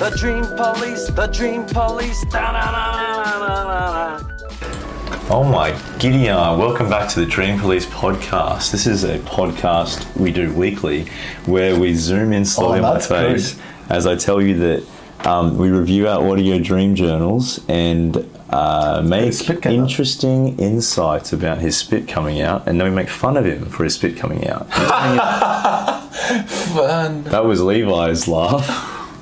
The Dream Police, the Dream Police. Da-na-na-na-na-na-na. Oh my Gideon, welcome back to the Dream Police podcast. This is a podcast we do weekly where we zoom in slowly Oh, on my that's good. face as I tell you that um, we review our audio dream journals and uh, make spit came out. interesting insights about his spit coming out and then we make fun of him for his spit coming out. Fun. That was Levi's laugh.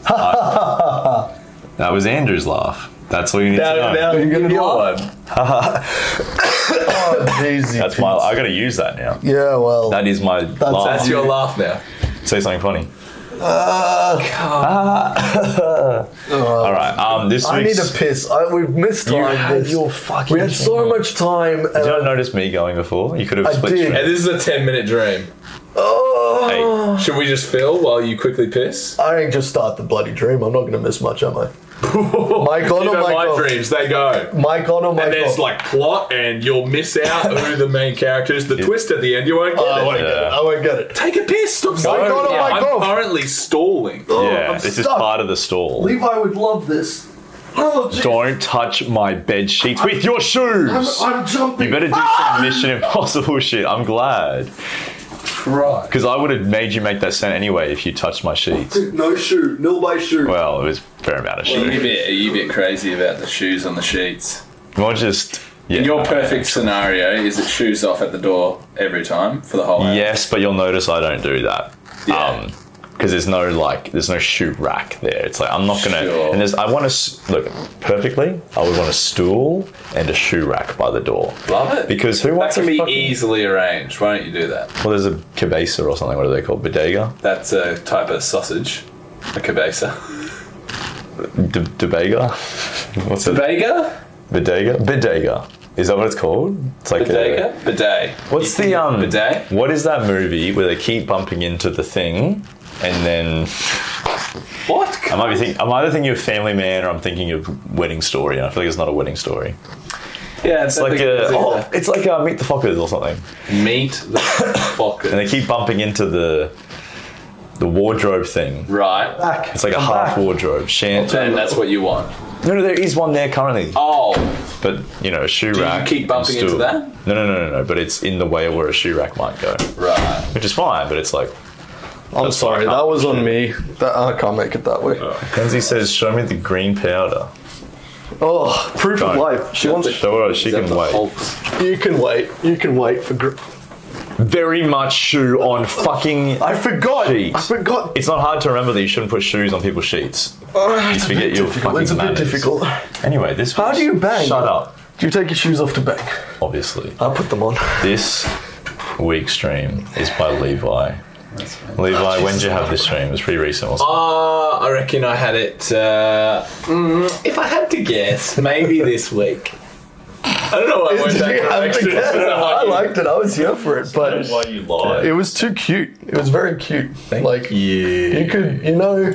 I- that was Andrew's laugh. That's all you need to know. Oh, you gonna do one. Oh, jeez. That's my. I gotta use that now. Yeah, well. That is my laugh. That's your laugh now. Say something funny. All right. Um, this I need week's. a piss. I, we've missed You time. had this. your fucking We had so much time. And Did you not notice me going before? You could have I split. did. And this is a 10 minute dream. oh, Hey, Should we just fill while you quickly piss? I ain't just start the bloody dream. I'm not gonna miss much, am I? Mike on you or know Mike my off? dreams, they go. Mike on or Mike And there's off? like plot, and you'll miss out who the main character is. The twist at the end, you won't get Oh, I won't it. get it. uh, I won't get it. Take a piss. Stop stalling. God, oh Yeah, my I'm God. currently stalling. Oh, yeah, I'm this is stuck. part of the stall. Levi would love this. Oh, jeez. Don't touch my bed sheets with your shoes. I'm, Ah! I'm jumping. you better do some Mission Impossible shit. I'm glad Right. because I would have made you make that sound anyway if you touched my sheets. No shoe. Nil by shoe. Well, it was a fair amount of Are you, a shit. bit, are you a bit crazy about the shoes on the sheets? Well, just yeah. In your perfect scenario, is it shoes off at the door every time for the whole hour? Yes, but you'll notice I don't do that. Yeah. Um 'cause because there's no like, there's no shoe rack there. It's like I'm not gonna. Sure. And there's, I want to look perfectly. I would want a stool and a shoe rack by the door. Love it. Because who that wants can a be fucking- easily arranged. Why don't you do that? Well, there's a cabeza or something. What are they called? Bodega, That's a type of sausage, a cabeza. De- debega. What's it? Bodega? Bodega. Bodega. Is that what it's called? It's like Bodega? A, Bidet. what's You the can- um? Bidet? What is that movie where they keep bumping into the thing, and then What? I might be thinking, I'm either thinking of Family Man or I'm thinking of Wedding Story, and I feel like it's not a wedding story. Yeah, it's It's like a, oh, it's like uh Meet the Fockers or something, meat and the fucker. they keep bumping into the the wardrobe thing. Right. Back. It's like a Ah. half wardrobe. Shan- Then that's what you want. no, no, there is one there currently, Oh, but you know, a shoe you rack. keep and bumping into stool. that? No, no, no, no, no. But it's in the way where a shoe rack might go, right. which is fine. But it's like I'm That's Uh, sorry, sorry. that That was on me. That, I can't make it that way. Kenzie says, "Show me the green powder." Oh, proof of Don't. life. She wants. Show her. She Is that can the wait. Hulk? You can wait. You can wait for. Gr- Very much shoe on fucking. I forgot. Jeez. I forgot. It's not hard to remember that you shouldn't put shoes on people's sheets. You forget your fucking It's Uh, a bit manners. difficult. Anyway, this. How do you bang? Shut up. Do you take your shoes off to bang? Obviously, I put them on. this week's stream is by Levi. Levi, when did you have this stream? It was pretty recent, wasn't Uh, I reckon I had it. Uh, mm, if I had to guess, maybe this week. I don't know why I went Did that you have to direction. get it? I liked it. I was here for it, it? but you lie? it was too cute. It was very cute. like Yeah. you could, you know,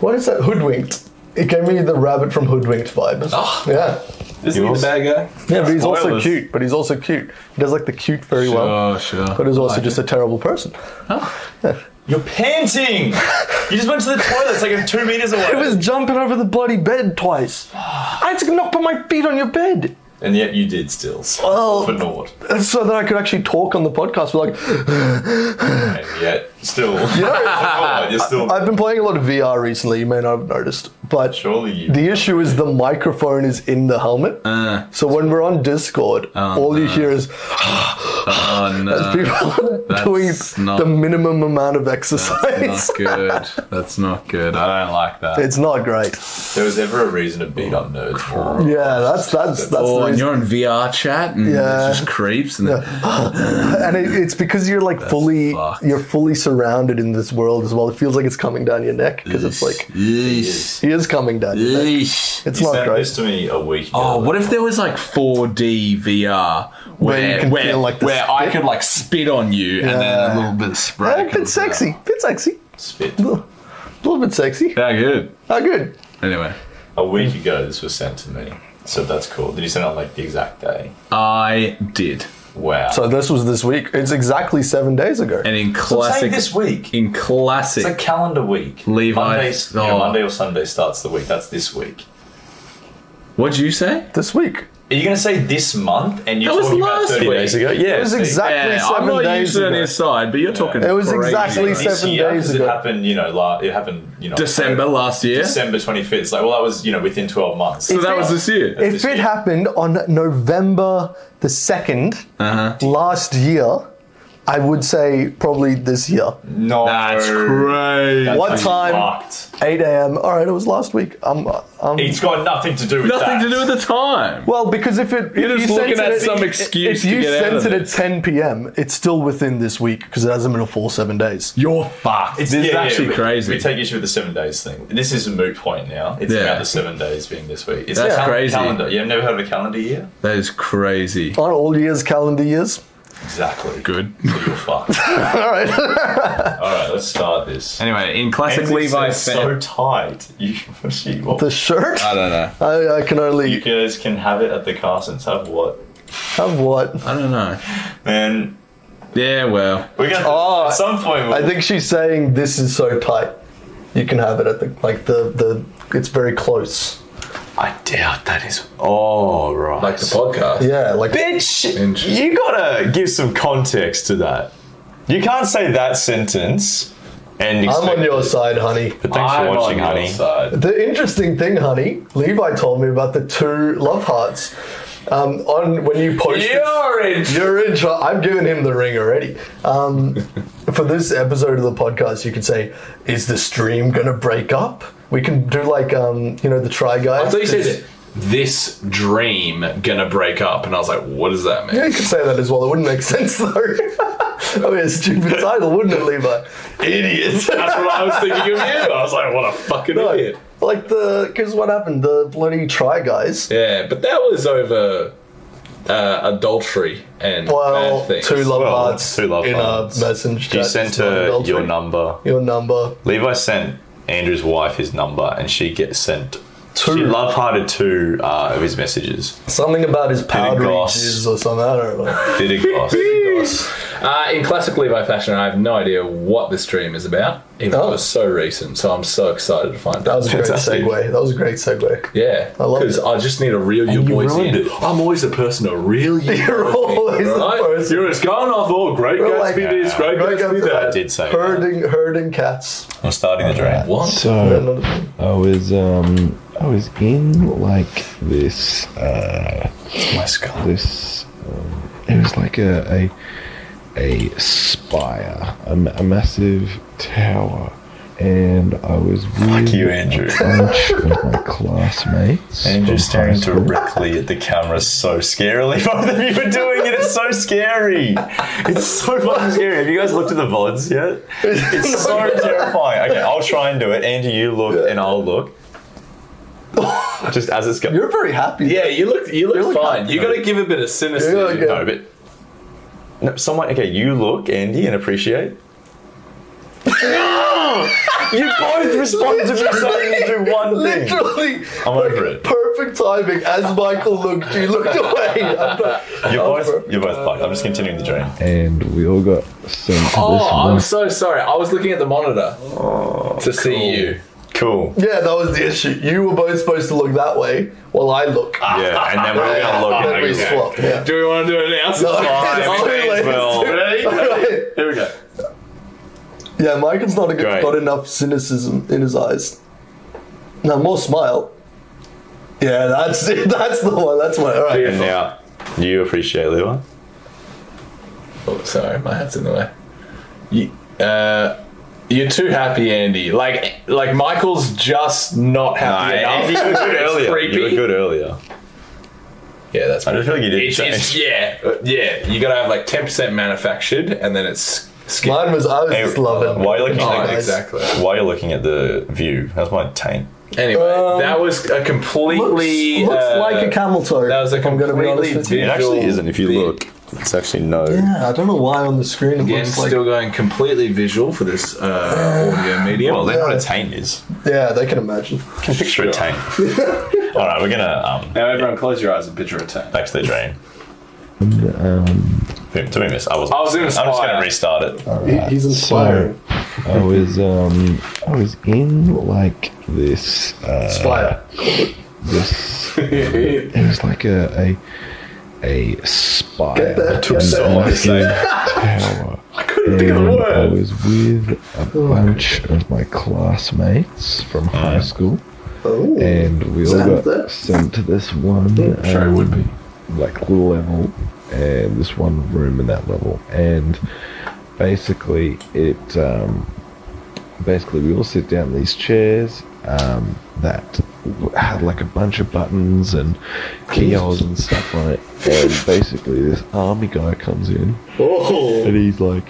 what is that? Hoodwinked. It gave me the rabbit from Hoodwinked vibe. Ah. Yeah, Isn't he the bad guy? yeah, but he's also Spoilers. cute. But he's also cute. He does like the cute very well, Oh, sure. but he's also just a terrible person. You're panting. you just went to the toilet. It's like two meters away. It was jumping over the bloody bed twice. I had to not put my feet on your bed. and yet you did still. Oh. for naught. so that I could actually talk on the podcast. We're like, And yet still. you know, you're still. I've been playing a lot of VR recently. You may not have noticed, but surely you. the issue is the microphone is in the helmet. so when we're on Discord, all you hear is Oh, no. Ah. people doing that's not- the minimum amount of exercise. good. That's not good. I don't like that. It's not great. there was ever a reason to beat up nerds. more. Yeah, that's that's that's. Oh, the and reason. you're in VR chat, and Yeah. there's just creeps, and and it, it's because you're like fully fucked. you're fully surrounded in this world as well. It feels like it's coming down your neck because it's like Yeesh. he is coming down. Your neck. Yeesh. It's You not sent great. this to me a week ago. Oh, what if there was like 4D VR you where can where, feel like the where I could like spit on you and then Yeah. a little bit of spray? Yeah, Eh, a bit comes out. sexy, bit sexy, Spit. a little bit sexy. Yeah, good. Oh, good. Anyway, A week ago, this was sent to me. So that's cool. Did you send it on like the exact day? I did. Wow. So this was this week. It's exactly seven days ago. And in So I'm saying classic, this week. in It's a classic, calendar week. Levi- Monday's, yeah, oh. Monday or Sunday starts the week. That's this week. what'd you say? This week. Are you going to say this month? And you're That was talking last about 30 week. days ago? Yeah. It was see? exactly Yeah, I'm seven not days usually on ago. his side, but you're talking. It was crazy. exactly This seven year, days 'cause It ago. happened, you know, la- it happened, you know, December last year. December 25th. It's like, well, that was, you know, within 12 months. So that was this year. If it happened on November the 2nd Uh-huh. last year, I would say probably this year. no. That's crazy. What time? Fucked. 8 a.m. All right, it was last week. I'm, I'm, It's got nothing to do with that. Nothing to do with the time. well, because if it. You're if just looking sent at it some if- excuse If you to get out sent of it at this. 10 p.m., it's still within this week because it hasn't been a full seven days. You're fucked. It's this yeah, is yeah, actually we- crazy. We take issue with the seven days thing. This is a moot point now. It's Yeah. about the seven days being this week. It's That's a cal- crazy. Calendar. You've never heard of a calendar year? that is crazy. Aren't all years calendar years? Exactly. Good. So you're fucked. All right. All right, let's start this. Anyway, in classic Andy's Levi so fashion. tight. You, she, what, the shirt? I don't know. I, I can you only guys can have it at the Carsons. Have what? have what? I don't know. Man, Yeah, well, we got Oh, at some point. We'll, I think she's saying this is so tight. You can have it at the like the the. It's very close. I doubt that is. Oh right. like the podcast. Yeah, like Bitch, Interesting. you gotta give some context to that. You can't say that sentence and I'm expect on your side, honey. But thanks for I'm watching, on honey. your side. The interesting thing, honey, Levi told me about the two love hearts. Um, on when you posted. You're in. You're in trouble. I've given him the ring already. Um, for this episode of the podcast, you can say, "Is the stream gonna break up?" We can do like um, you know the try guys. I thought you said this dream gonna break up, and I was like, what does that mean? Yeah, you could say that as well. It wouldn't make sense though. that would be a stupid title, wouldn't it, Levi? Idiots. That's what I was thinking of you. I was like, what a fucking Oh, idiot. Like the because what happened? The bloody try guys. Yeah, but that was over uh, adultery and Well, bad things. two love Well, hearts two love in hearts. a message. You chat sent is not her adultery. your number. Your number. Levi sent Andrew's wife his number, and she gets sent. Two. She love hearted two uh, of his messages. Something about his powder goss. reaches or something. I don't know. Did it, Goss? Uh, in classic Levi fashion, I have no idea what this dream is about. Even though Oh. it was so recent, so I'm so excited to find That out. was a great Fantastic. segue. That was a great segue. Yeah, I love because it. I just need to reel you you boys ruined in. it. I'm always the person to reel you. You're boys always in, the right? person. You're just going off all great We're Gatsby like- this, great Great Gatsby Gatsby. I that. did say that. Herding, herding cats. I'm starting the dream. What? So Another thing. I was um I was in like this uh My skull. this um, it was like a a, a spire a, ma- a massive tower and I was Fuck with you, Andrew. a bunch of my classmates Andrew from high staring school. directly at the camera so scarily. Both of you are doing it. It's so scary. It's so fucking scary. Have you guys looked at the VODs yet? It's so terrifying. Okay, I'll try and do it. Andrew, you look, and I'll look. Just as it's going. You're very happy. Yeah, you look you look You look fine. You got to give a bit of cynicism. You look good. No, but no, someone. Okay, you look, Andy, and appreciate. you both responded to me saying to do one thing. Literally, I'm over it. perfect timing. As Michael looked, you looked away. I'm not- You're both. You're both fucked. I'm just continuing the dream. and we all got sent to this Oh, I'm one so sorry. I was looking at the monitor to see you. Cool. Yeah, that was the issue. You were both supposed to look that way while I look. Yeah, and then we're gonna Ah, look. Then at we it. swap. Yeah. Do we want to do it now? No, it's fine, too we may as late, well. it's too- Here we go. Yeah, Michael's not a good, Great. got enough cynicism in his eyes. Now more smile. Yeah, that's it. That's the one. That's one. All right. And now you appreciate Levi. Oh, sorry, my hat's in the way. You, uh, you're too happy, Andy. Like, like Michael's just not happy enough. Andy, you were good It's earlier. creepy. You were good earlier. Yeah, that's. I just feel like you didn't It's, it's, change. yeah, uh, yeah. You gotta have like ten percent manufactured, and then it's skin. Mine was I was Hey, just loving. Why are you looking Oh, at guys. exactly. Why you're looking at the view? That's my taint. Anyway, Um, that was a completely Looks, looks uh, like a camel toe. That was a if I'm gonna be completely honest with you. It visual actually isn't. If you thing. look, it's actually no. Yeah, I don't know why on the screen it Again, looks like. still going completely visual for this uh, audio medium. Well, they're not a taint is. Yeah, they can imagine. can picture a tank. All right, we're gonna um, Now, everyone, close your eyes and picture a tank. back to the dream. um, Wait, Did we miss? I was. I was in I'm just gonna Aspire. restart it. He- he's So inspiring. I was um I was in like this uh, Spire. this it was like a a, a spire. Get that, in get a that. massive tower. I couldn't think of the I word. was with a bunch of my classmates from high school, Oh. and we all Sounds got that- sent to this one. Sure, it um, would be. like little level and this one room in that level and basically it um, basically we all sit down in these chairs um, that w- had like a bunch of buttons and keyholes and stuff on it and basically this army guy comes in Oh. and he's like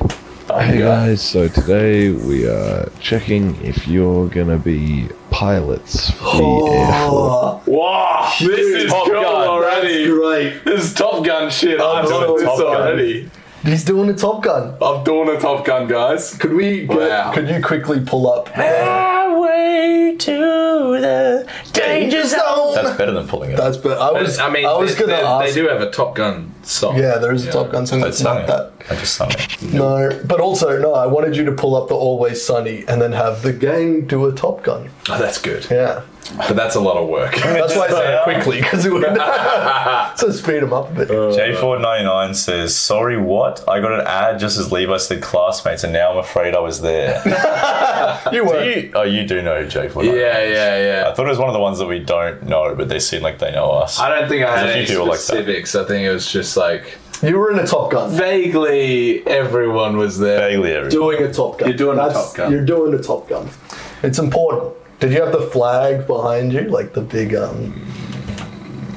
hey guys so today we are checking if you're gonna be pilots for the air force Oh, Wow, this is Top Top Gun. Gun already. great. This is Top Gun shit. I'm doing doing this Top Gun. already. He's doing a Top Gun. I'm doing a Top Gun, guys. Could we? Get, Wow. Could you quickly pull up? Highway to the danger zone. That's better than pulling it. That's but I was. I mean, I was they, gonna they- ask. they do have a Top Gun song. Yeah, there is a Top Gun song I that's not it. that. I just sung it. No, but also no. I wanted you to pull up the Always Sunny and then have the gang do a Top Gun. Oh, that's good. Yeah, But that's a lot of work. that's why I say Yeah. it quickly because it would so speed them up a bit. Uh, Uh, J499 says, Sorry, what? I got an ad just as Levi said classmates, and now I'm afraid I was there. you were. You- oh, you do know J499. Yeah, yeah, I yeah. thought it was one of the ones that we don't know, but they seem like they know us. I don't think I had There's a any few people like that. specifics. I think it was just like You were in a Top Gun. vaguely everyone was there. Vaguely every. Doing a Top Gun. You're doing a Top Gun. You're doing a Top Gun. It's important. Did you have the flag behind you, like the big um,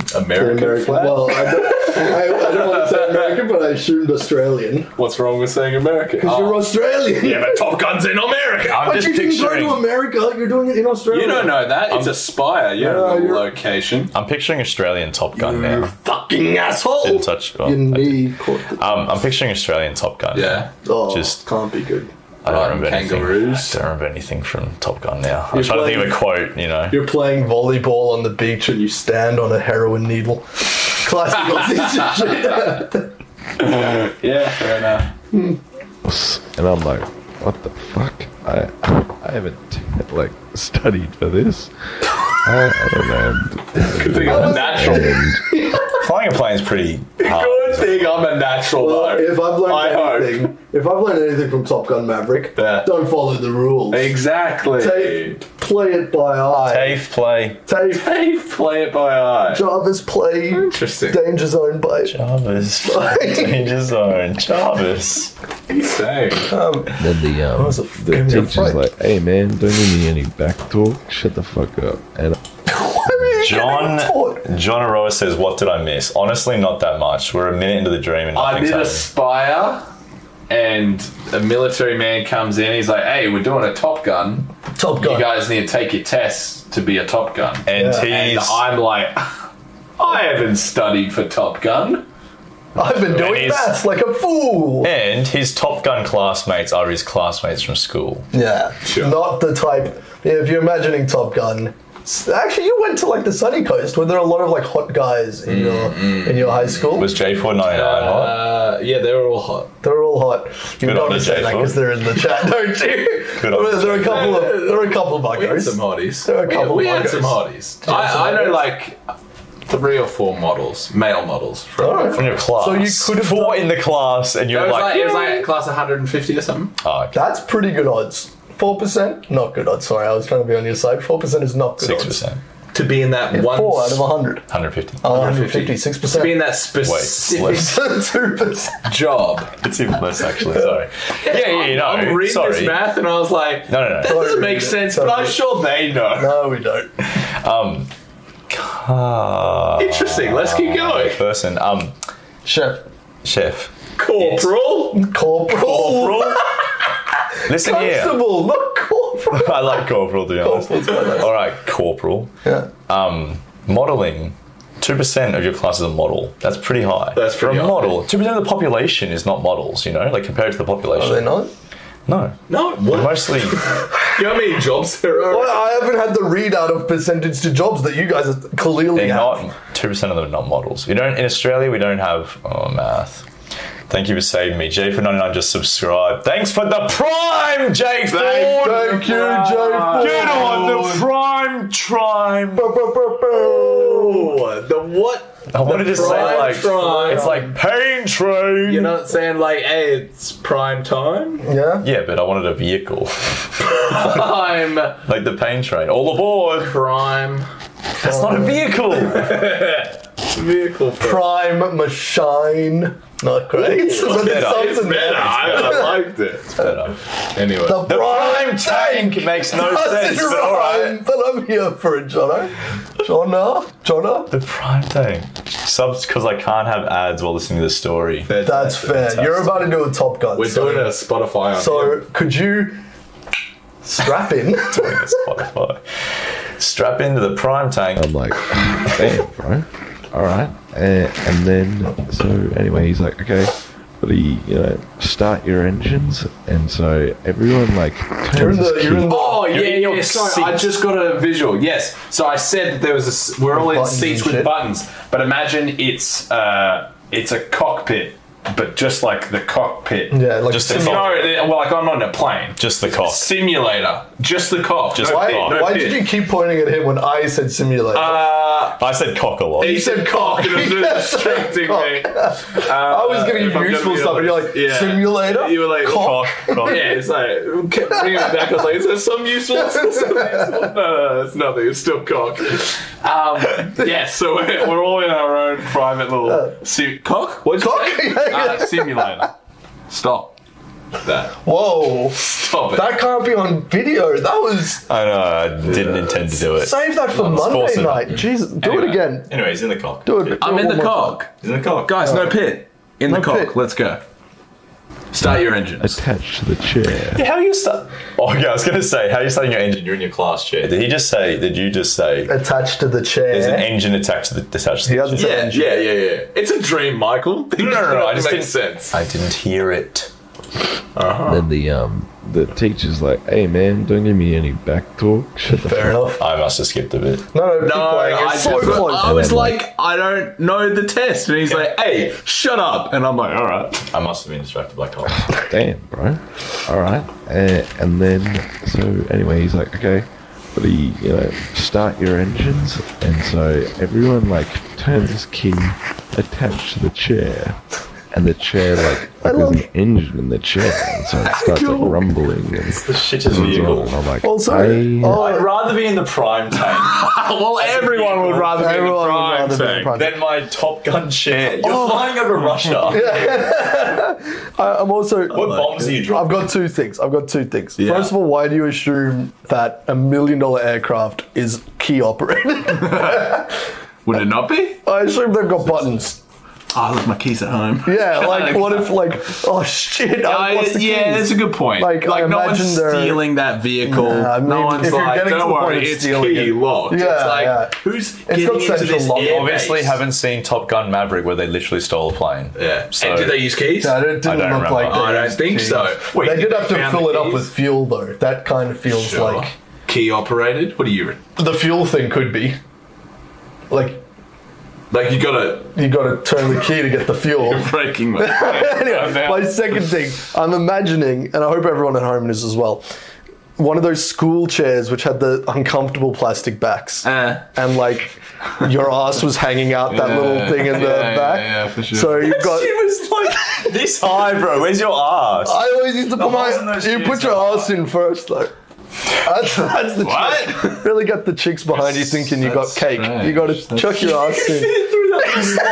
the American. American? flag? Well, I don't, I, I don't want to say American, but I assumed Australian What's wrong with saying American? Oh, because you're Australian. yeah, but Top Gun's in America. I'm but just you didn't picturing. go to America. You're doing it in Australia. You don't know that. It's Aspire. You No, don't know the you're- location. I'm picturing Australian Top Gun now. Fucking asshole. Didn't touch. well, Your I did. knee caught the. um, I'm picturing Australian Top Gun. Yeah. Oh, just- can't be good. I don't Riding remember kangaroos. anything. I don't remember anything from Top Gun now. I'm You're trying to think of a playing- quote. You know. You're playing volleyball on the beach and you stand on a heroin needle. Classic Australian shit. Yeah, fair enough. and I'm like, what the fuck? I I haven't like studied for this. I, I don't know. Good thing I'm a natural. Flying a plane is pretty hard. Good thing I'm a natural Well, though. if I've learned I hope. anything, if I've learned anything from Top Gun Maverick, Yeah. don't follow the rules. Exactly. Take, play it by eye. Safe play. Take, They play it by eye. Jarvis play Interesting. Danger Zone by Jarvis. Danger zone. Jarvis. Insane. Then the um, was a- the gave me a fright. teacher's like, hey man, don't give me any back talk. Shut the fuck up. And John taught? John Aroa says, "What did I miss? Honestly, not that much. We're a minute into the dream and I nothing's did happening. Aspire, and a military man comes in. He's like, "Hey, we're doing a Top Gun. Top You Gun. guys need to take your tests to be a Top Gun." And And he's I'm like, I haven't studied for Top Gun. I've been doing he's- maths like a fool. and his Top Gun classmates are his classmates from school. Yeah, not the type. If you're imagining Top Gun, s- actually, you went to like the sunny coast where there are a lot of like hot guys in your in your high school. Mm, Was J four ninety nine hot? Uh, yeah, they were all hot. They're all hot. You Good on notice the that J-Fo. because they're in the chat, don't you? Good on the there are a couple of there are a couple of We had buggers. some hotties. There were a We- couple we, had of some hotties. I, I know like three or four models, male models. From, All From right. your class. So you could have four done- in the class, and It you're was like, like, it was like class 150 or something. oh, okay. That's pretty good odds. Four percent, not good odds. Sorry, I was trying to be on your side. Four percent is not good six odds. percent, To be in that one. Four out of a hundred. hundred fifty. One hundred fifty-six to be in percent. that Wait, specific less. Two percent. job. It's even less actually. Sorry. Yeah, yeah, you know. I'm reading sorry. this math and I was like, No, no, that no. doesn't make sense, but I'm sure they know. No, we don't. Ah, Interesting. Let's keep going. person. Um, Chef, chef. Corporal. corporal, Listen here. constable, not corporal. I like corporal. To be honest. All right, corporal. Yeah. um, modeling. Two percent of your class is a model. That's pretty high. That's pretty For a high. model, two percent of the population is not models. You know, like compared to the population. Are they Oh, not? No. No. Mostly. You know how many jobs there are? Well, I haven't had the readout of percentage to jobs that you guys are clearly They're have. not two percent of them are not models. We don't in Australia. We don't have oh math. Thank you for saving me, Jay. For ninety nine, just subscribe. Thanks for the prime, Jay Ford. Thank you, Jay. Get on the prime trime. Oh, the what? I wanted to say prime like trime. it's like pain train. You're not saying like, hey, it's prime time. Yeah. yeah, but I wanted a vehicle I'm like the pain train. All aboard. prime That's not a vehicle. vehicle. For Prime machine. Not great. but it better. sounds in there. I liked it. Better. Anyway, The The prime prime tank. tank makes no That's sense. in But all right. rhyme, but I'm here for it, Jono. Jono? Jono? The prime tank subs because I can't have ads while listening to the story. That's fair. You're about to do a Top Gun. we're so, doing a Spotify. on So, here. could you strap in? Spotify. Strap into the prime tank. I'm like, damn, bro. All right. Uh, and then, so anyway, he's like, okay, but he, you know, start your engines. And so everyone, like, turns You're in his the, you're in key- the Oh yeah, You're in yeah. your Sorry, seat. I just got a visual. Yes, so I said that there was a. s- We're all in buttons seats and with shit. buttons, but imagine it's uh, it's a cockpit, but just like the cockpit. yeah, like Just No, a- well, like I'm not in a plane. Just the cock. Simulator, just the cock. Just why, the cock. why did you keep pointing at him when I said simulator? Uh, I said cock a lot. he said cock. and It was distracting me. I was giving if I'm you gonna useful be stuff, and you're like honest, yeah. simulator. You were like, Cock. cock. Yeah, it's like kept bringing it back. I was like, is there some useful? Is there some useful? No, no, no, it's nothing. It's still cock. Um, yeah, so we're, we're all in our own private little si- cock. What'd you Cock? say? Uh, simulator. Stop. That. Whoa, Stop it. that can't be on video. That was I know. I didn't intend to do it. save that for Monday forcing. night. Jesus, do it again. Anyways, in the cock. Do it. I'm do it in one the more cock. In the cock. Guys, Oh. no pit. In the cock. pit. Let's go. Start your engines. attached to the chair. How you start? Oh, yeah. I was gonna say, how are you starting your engine? You're in your class chair. Did he just say? Did you just say? time. Attached to the There's an chair. engine attached to the attached. He To hasn't the said Yeah, engine. yeah, yeah, yeah. It's a dream, Michael. No, no, no, I just makes didn't- sense. I didn't hear it. Ah. Then the, um, the teacher's like, hey, man, don't give me any back talk. Shut the Fair enough. I must have skipped a bit. No, no, keep No, going. I, It's so just- close. I was like, I don't know the test. And he's like, hey, shut up. And I'm like, all right. I must have been distracted by cock. damn, bro. All right. Uh, and then, so anyway, he's like, okay, but he, you know, start your engines. And so everyone, like, turns his key attached to the chair. And the chair, like, like there's an engine in the chair. And so it starts, like, rumbling. And the shit is and vehicle. I'm like, Also, I- Oh, I'd rather be in the prime tank well, everyone would rather be in the Everyone would prime rather be in the tank. prime. Oh. than my Top Gun chair. You're flying over Russia. I, I'm also. What bombs are you I've dropping? got two things. I've got two things. First of all, why do you assume that a million dollar aircraft is key operated? Would it not be? I assume they've got buttons. I left my keys at home. Yeah, like what if like oh shit, I I, lost the yeah, keys. that's a good point. Like, Like, I no one's imagine they're- stealing that vehicle. Nah, I mean, no one's if you're like, getting to don't the point worry, of it's stealing key it." locked. Yeah, it's like, yeah. who's got getting into central this lock. airbase? Obviously, haven't seen Top Gun Maverick where they literally stole a plane. Yeah. So- and did they use keys? No, it didn't I don't look remember. like they I don't used think keys. so. Wait, they did did they have to found fill the it up keys? with fuel though. That kind of feels Sure. like key operated. What do you? the fuel thing could be. Like Like you gotta you gotta turn the key to get the fuel. breaking my anyway, my second thing, I'm imagining, and I hope everyone at home is as well, one of those school chairs which had the uncomfortable plastic backs. Uh. and like your ass was hanging out that Yeah. little thing in the Yeah, yeah, back. yeah, for sure. So you've got was like this high, bro. Where's your ass? I always used to put my. holes in those You shoes put your ass in first, though. That's, that's the What? trick. Really got the chicks behind you thinking you got That's cake. You strange. got to chuck your ass in.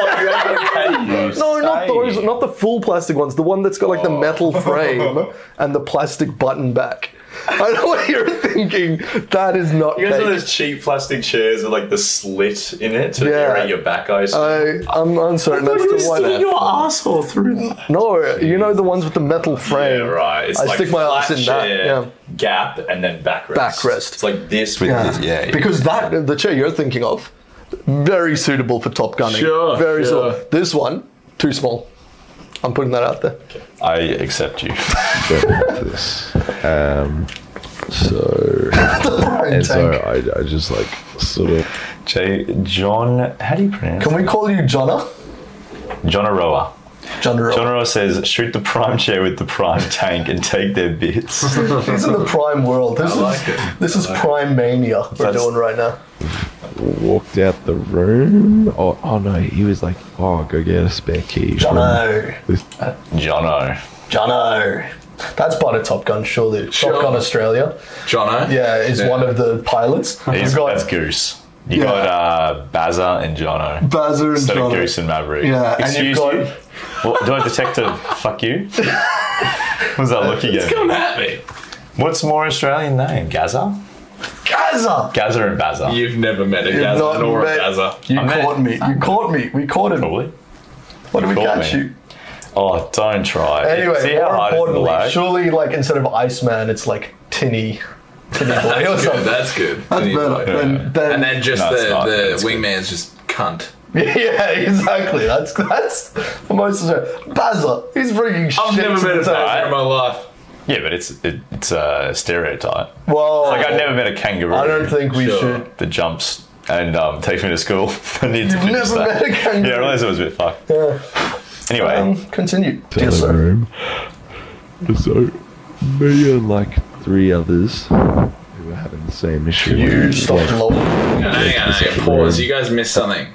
No, not those. Not the full plastic ones. The one that's got Oh. like the metal frame and the plastic button back. I know what you're thinking. That is not You guys know cake. those cheap plastic chairs with like the slit in it to Yeah. narrate your back, I assume? I, I'm uncertain as to why. your asshole through that. No, you know the ones with the metal frame. Yeah, right. It's I like stick my ass flat in that, chair, yeah. Gap and then backrest. Backrest. It's like this with Yeah. this. Yeah. Because that the chair you're thinking of, very suitable for Top Gunning. Sure, Very sure. suitable. This one, too small. I'm putting that out there. I accept you. don't have to this. Um, so and so tank. I, I just like sort of J- John, how do you pronounce Can we call you Jonna? it? John Aroa. Jonna. John Aroa says, shoot the prime chair with the prime tank and take their bits. This is the prime world. This is this is prime mania we're That's- doing right now. walked out the room. Oh, oh no, he was like, oh, go get a spare key. Oh, from Jono, this- Jono. Jono. That's part of Top Gun, surely. Top Gun Australia. Jono? Yeah, is one of the pilots. He's, We've that's got Goose. You Yeah. got uh, Bazza and Jono. Bazzer and Instead of Jono. Goose and Maverick. Yeah, and you've Excuse got- you? What, do I detect a fuck you? What's that look again? Come at me. What's more Australian name? Gaza? Gaza. Gaza and Baza. You've never met a Gaza not nor a met- Gaza. You I met- caught me. You caught me. We caught him. Probably. What did we caught catch me. you? Oh, don't try. See Anyway, how more hard it's the importantly, lag? surely like instead of Iceman, it's like Tinny, Tinny Boy or That's good. something. That's good. That's better. Then, then, And then just No, it's not. the, That's the wingman's just cunt. yeah, exactly. That's that's the most. Baza, he's bringing shit. I've never to met a the table. tiger in my life. Yeah, but it's it, it's a stereotype. Well, Like I've never met a kangaroo. I don't think we Sure. should. that jumps and um, takes me to school. I need to You've finish never that. met a kangaroo. Yeah, I realised it was a bit fucked. Yeah. Anyway, Um, continue. to Dear the sir. room. So me and like three others who were having the same issue. You like, stopped lol. Hang on, hang on, hang on. Pause. You guys missed something.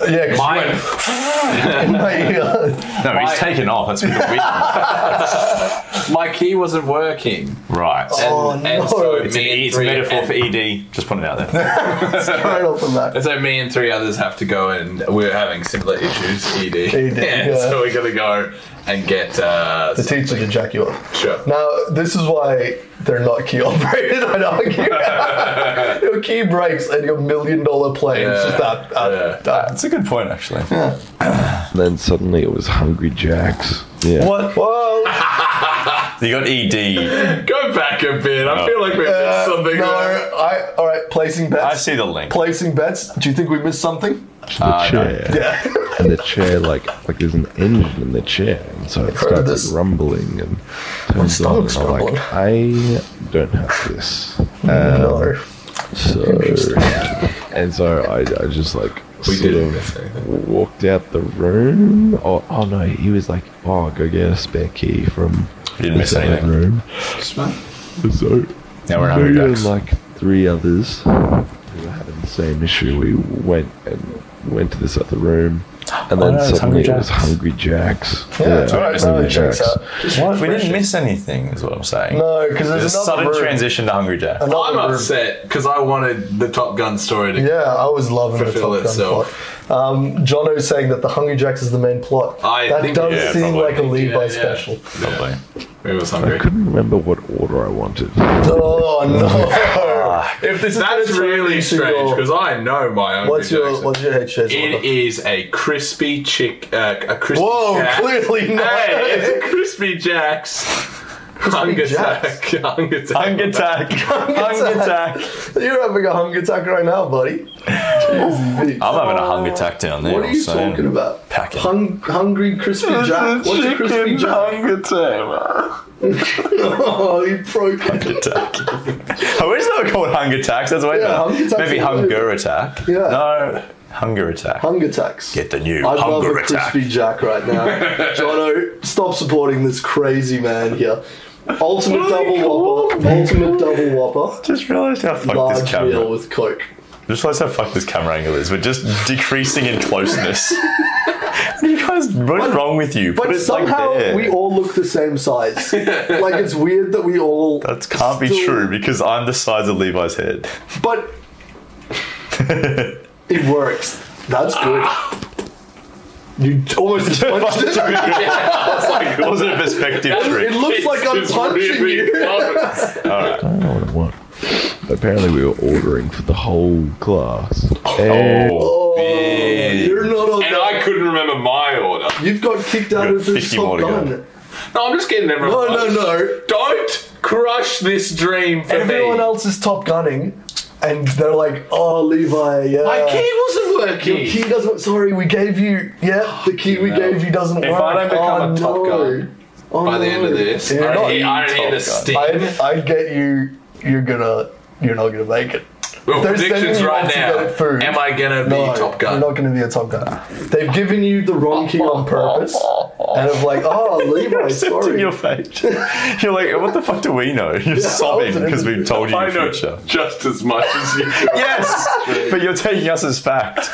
Yeah, 'cause you Mine. went in my ear. no, he's taken off. That's been a My key wasn't working. week. Right. Oh, and no. so It's, It's an me e, and it's a three- metaphor and- for ED. Just put it out there. Right off the bat. And so me and three others have to go and we were having similar issues, ED. ED, E yeah. So we got to go and get uh, The teacher did jack you up. sure. Now, this is why they're not key operated, I'd argue. your key breaks and your million dollar planes Yeah, just that. Uh, that. That's a good point, actually. Then suddenly it was Hungry Jacks. Yeah. What? Whoa! You got E ED. Go back a bit. I No. feel like we missed Uh, something. no, there. I, all right, placing I bets. see the link. Placing bets. Do you think we missed something? To the chair. Ah, Yeah. And the chair like like there's an engine in the chair and so heard it of starts this. like, rumbling and turns on and stomach's I'm rumbling. like, I don't have this. no. So and so I, I just like sort didn't of miss anything. walked out the room. Oh, oh no, he was like, oh, go get a spare key from Didn't miss this other anything. room. So Now we're in me Hungry and, Jacks. like three others who were having the same issue. We went and went to this other room. And Oh, then no, it's suddenly Hungry it was Jacks. Hungry Jacks. Yeah, it's all right, it's Hungry Jacks. What? We didn't miss anything, is what I'm saying. No, There's because a there's another sudden room. transition to Hungry Jack. Another I'm room. upset because I wanted the Top Gun story to. Yeah, I was loving the Fulfill Top Gun itself. plot. Um, Jono saying that the Hungry Jacks is the main plot. I that think- does yeah, seem probably. like a Levi Yeah, yeah. special. Probably. We was I hungry. couldn't remember what order I wanted. Oh no! If this gonna that's turn really into strange your- because I know my own. what's your what's your head shape? It is a crispy chick. Uh, a crispy. Whoa! jack. Clearly not. Hey, it's a crispy jacks. Hunger Jacks. Jack. Hunger Jack. Hung attack. Hung attack. You're having a hunger attack right now, buddy. Jeez, me. I'm having a hung attack down there. what are I'm you saying. talking about? Packing. Hung, hungry crispy jack. What's a crispy jack? Oh, he broke it. attack. I wish they were called hunger attacks. That's way Yeah, better. hunger attacks Maybe are good. hunger attack. Yeah. No, hunger attack. Hunger attacks. Get the new I love hunger a attack. crispy jack right now. Jono, stop supporting this crazy man here. Ultimate double whopper. Ultimate double whopper. Just realised how fucked this Large camera. meal with coke. Just realised how fucked this camera angle is. We're just decreasing in closeness. what are you guys? What's wrong with you? Put But it somehow like there. we all look the same size. like it's weird that we all. that can't be still- true because I'm the size of Levi's head. But it works. That's good. You almost punched it. it wasn't a perspective It trick. looks like I'm punching you. I don't know what I want. Apparently, we were ordering for the whole class. And Oh, You're not on And that. I couldn't remember my order. You've got kicked out got of this 50 top more to go. gun. No, I'm just getting No, everyone. no, no. Don't crush this dream for Everyone me. else is top gunning, and they're like, "Oh, Levi, yeah." My key wasn't Your working. key doesn't. Sorry, we gave you. Yeah, the key we gave you doesn't If work. I don't become oh, a top no. gun, by the end of this. You're I not- don't need, I don't need the steam. I'd, I'd get you. You're gonna. You're not gonna make it. Well, they're sending predictions you right off to now. get food. Am I gonna be No, Top Gun? you're not gonna be a top guy. They've given you the wrong key on purpose, and of like, oh, Levi, Except in sorry. your face. You're like, what the fuck do we know? You're sobbing wasn't because in we've told you I the know future. just as much as you. do. Yes, but you're taking us as fact.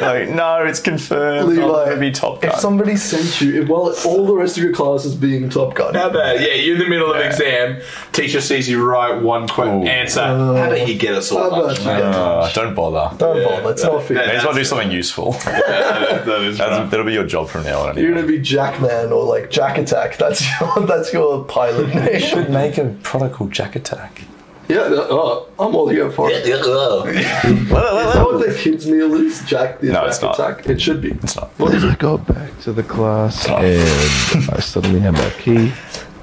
Like, no, it's confirmed. Levi, I'm Levi, gonna be top if gun. somebody sent you, if, well, all the rest of your class is being top guy. How bad? Yeah, you're in the middle of exam. Teacher sees you write one question Ooh. answer. How about you get us all? Uh, How about lunch, you mate? get- Uh, don't bother. Don't bother. It's not fair. May as well do something useful. That is That's, right. That'll be your job from now on. You're Anyway. gonna be Jackman or like Jack Attack. That's your that's your pilot name. Make a product called Jack Attack. yeah, oh, I'm all here for it. Is that what the kids' meal is? Jack the No, Jack it's not. Attack. It should be. It's not. What is it? I got back to the class and I suddenly had my key.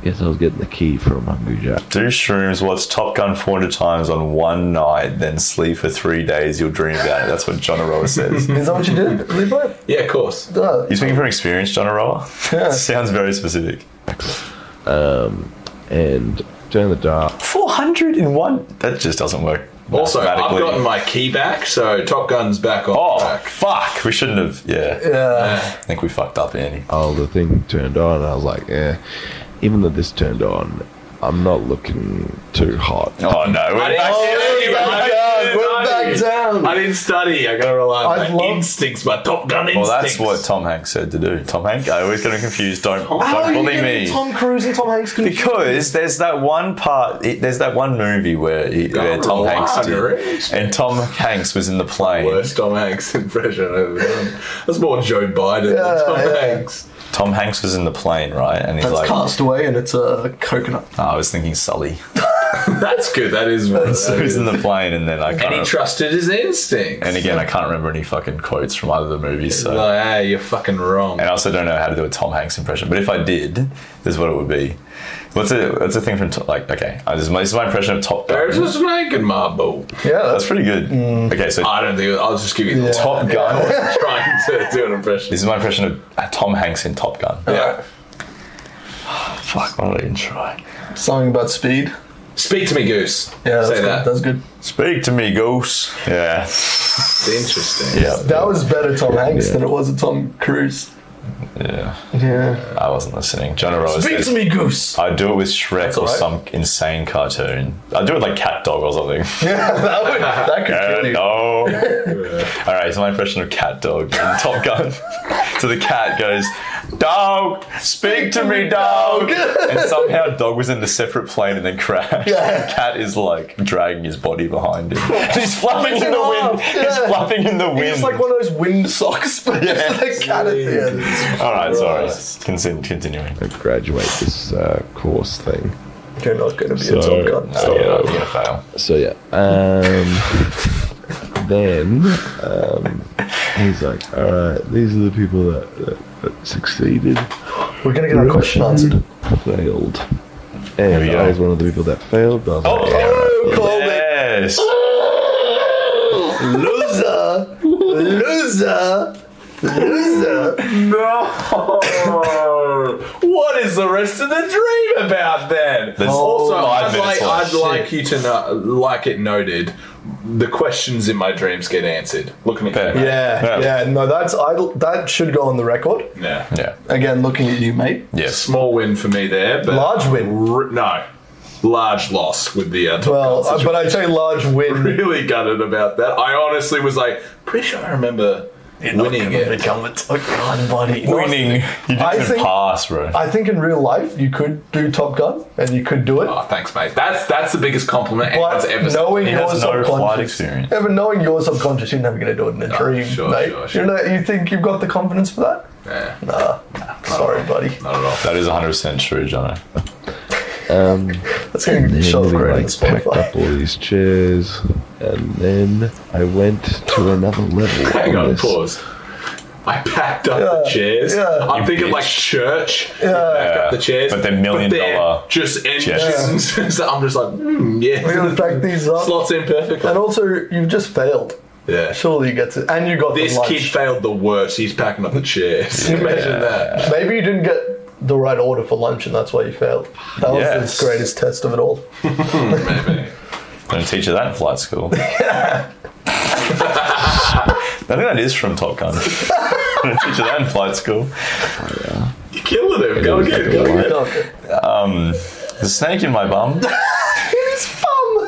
Guess I was getting the key from Hungry Jack. Do shrooms, watch Top Gun 400 times on one night, then sleep for three days. You'll dream about it. That's what John Aroa says. Is that what you did, Levi? Yeah, of course. No. You speaking from experience, John Aroa? Yeah. Sounds very specific. And during the dark, 400 in one? That just doesn't work. Also, I've mathematically. gotten my key back, so Top Gun's back on Oh, track. fuck. We shouldn't have. Yeah. Yeah. I think we fucked up, Andy. oh, the thing turned on. And I was like, eh. Even though this turned on, I'm not looking too hot. Oh, no. We're I didn't- back. Oh, back I down. We're didn't back study. down. I didn't study. I gotta rely on I'd my love- instincts, my Top Gun Well, instincts. that's what Tom Hanks said to do. Tom Hanks? I always get him confused. Don't, How are don't you bully getting me. Tom Cruise and Tom Hanks confused? Because there's that one part, it- there's that one movie where, he, where Tom Hanks did, relax. and Tom Hanks was in the plane. Worst Tom Hanks impression I've ever done. That's more Joe Biden Yeah, than Tom yeah. Hanks. Tom Hanks was in the plane, right? And he's That's like, cast away and it's a coconut. "Oh, I was thinking Sully. That's good. That is. So he was in the plane, and then I can't. and he rem- trusted his instincts. and again, I can't remember any fucking quotes from either of the movies. So, like, hey, you're fucking wrong. and I also don't know how to do a Tom Hanks impression. But if I did, this is what it would be. What's a what's a thing from Tom- like? Okay, I, this, is my, this is my impression of Top There's Gun. a snake in my bowl. Yeah, That's that's pretty good. Okay, so I don't think I'll just give you the top Top Gun. trying to do an impression. This is my impression of uh, Tom Hanks in Top Gun. Yeah. Oh, Fuck, why did I even try? something about speed. Speak to me, Goose. Yeah, that's Say good. that. That's good. Speak to me, goose. Yeah. Interesting. Yeah. That was better Tom Hanks than it was a Tom Cruise. Yeah. Yeah. I wasn't listening. John Arroyo Speak to says, me, Goose. I do it with Shrek or alright. some insane cartoon. I do it like Cat Dog or something. Yeah, that would that could kill Uh, you. no. All right, so my impression of Cat Dog in Top Gun. so the cat goes, Dog, speak to me, dog. and somehow Dog was in a separate plane and then crashed. Yeah. Cat is like dragging his body behind him. He's flapping in the wind. off, He's yeah. flapping in the wind. It's like one of those wind socks, but Yeah. just the cat at the end. All right, sorry. Contin- continuing. I graduate this uh, course thing. You're not going to be So- a top gun. So, Oh, yeah, I'm gonna fail. So yeah. Um, then um, he's like, all right, these are the people that, that, that succeeded. We're going to get our question answered. Failed. we And go. I was one of the people that failed. But I was like, Oh, call it Yes. loser, loser, loser. No. what is the rest of the dream about then? There's also, Oh, five I'd, minutes like, left. I'd like you to know, like it noted. The questions in my dreams get answered. Looking at Fair. you. mate. Yeah, Yeah. yeah. No, that's I, that should go on the record. Yeah. Yeah. Again, looking at you, mate. Yes. Small win for me there, but Large win. R- no, large loss with the. Uh, Well, uh, but I'd say large win. really gutted about that. I honestly was like, pretty sure I remember winning it. Become a top gun buddy. Winning. You I didn't think- pass, bro. I think in real life you could do Top Gun and you could do it. Oh, thanks, mate. That's that's the biggest compliment anyone's But ever knowing He your has no flight subconscious, experience. Yeah, but knowing your subconscious, you're never going to do it in a dream, sure, mate. sure, sure. You know, you think you've got the confidence for that? said. Nah, Nah, sorry, buddy. not at all. That is 100% true, Jono. That's going to And show we, credit like, to packed up Spotify. all these chairs, and then I went to another level. Hang on on, this. pause. I packed up the Yeah, chairs. yeah. I'm You thinking bitch. like church. Yeah. Packed up the chairs. But they're million they're dollar Just engines. chairs. so I'm just like, hmm, yeah. We're going to pack these up. Slots in perfectly. And also, you've just failed. Yeah. Surely you get to, and you got This the lunch. kid failed the worst. He's packing up the chairs. Imagine that. Maybe you didn't get the right order for lunch, and that's why you failed. That was Yes. its greatest test of it all. Maybe. Gonna teach you that in flight school. I think that is from Top Gun. Gonna teach you that in flight school. You're killing him. Go is again. like a Go lot. again. Okay. The snake in my bum.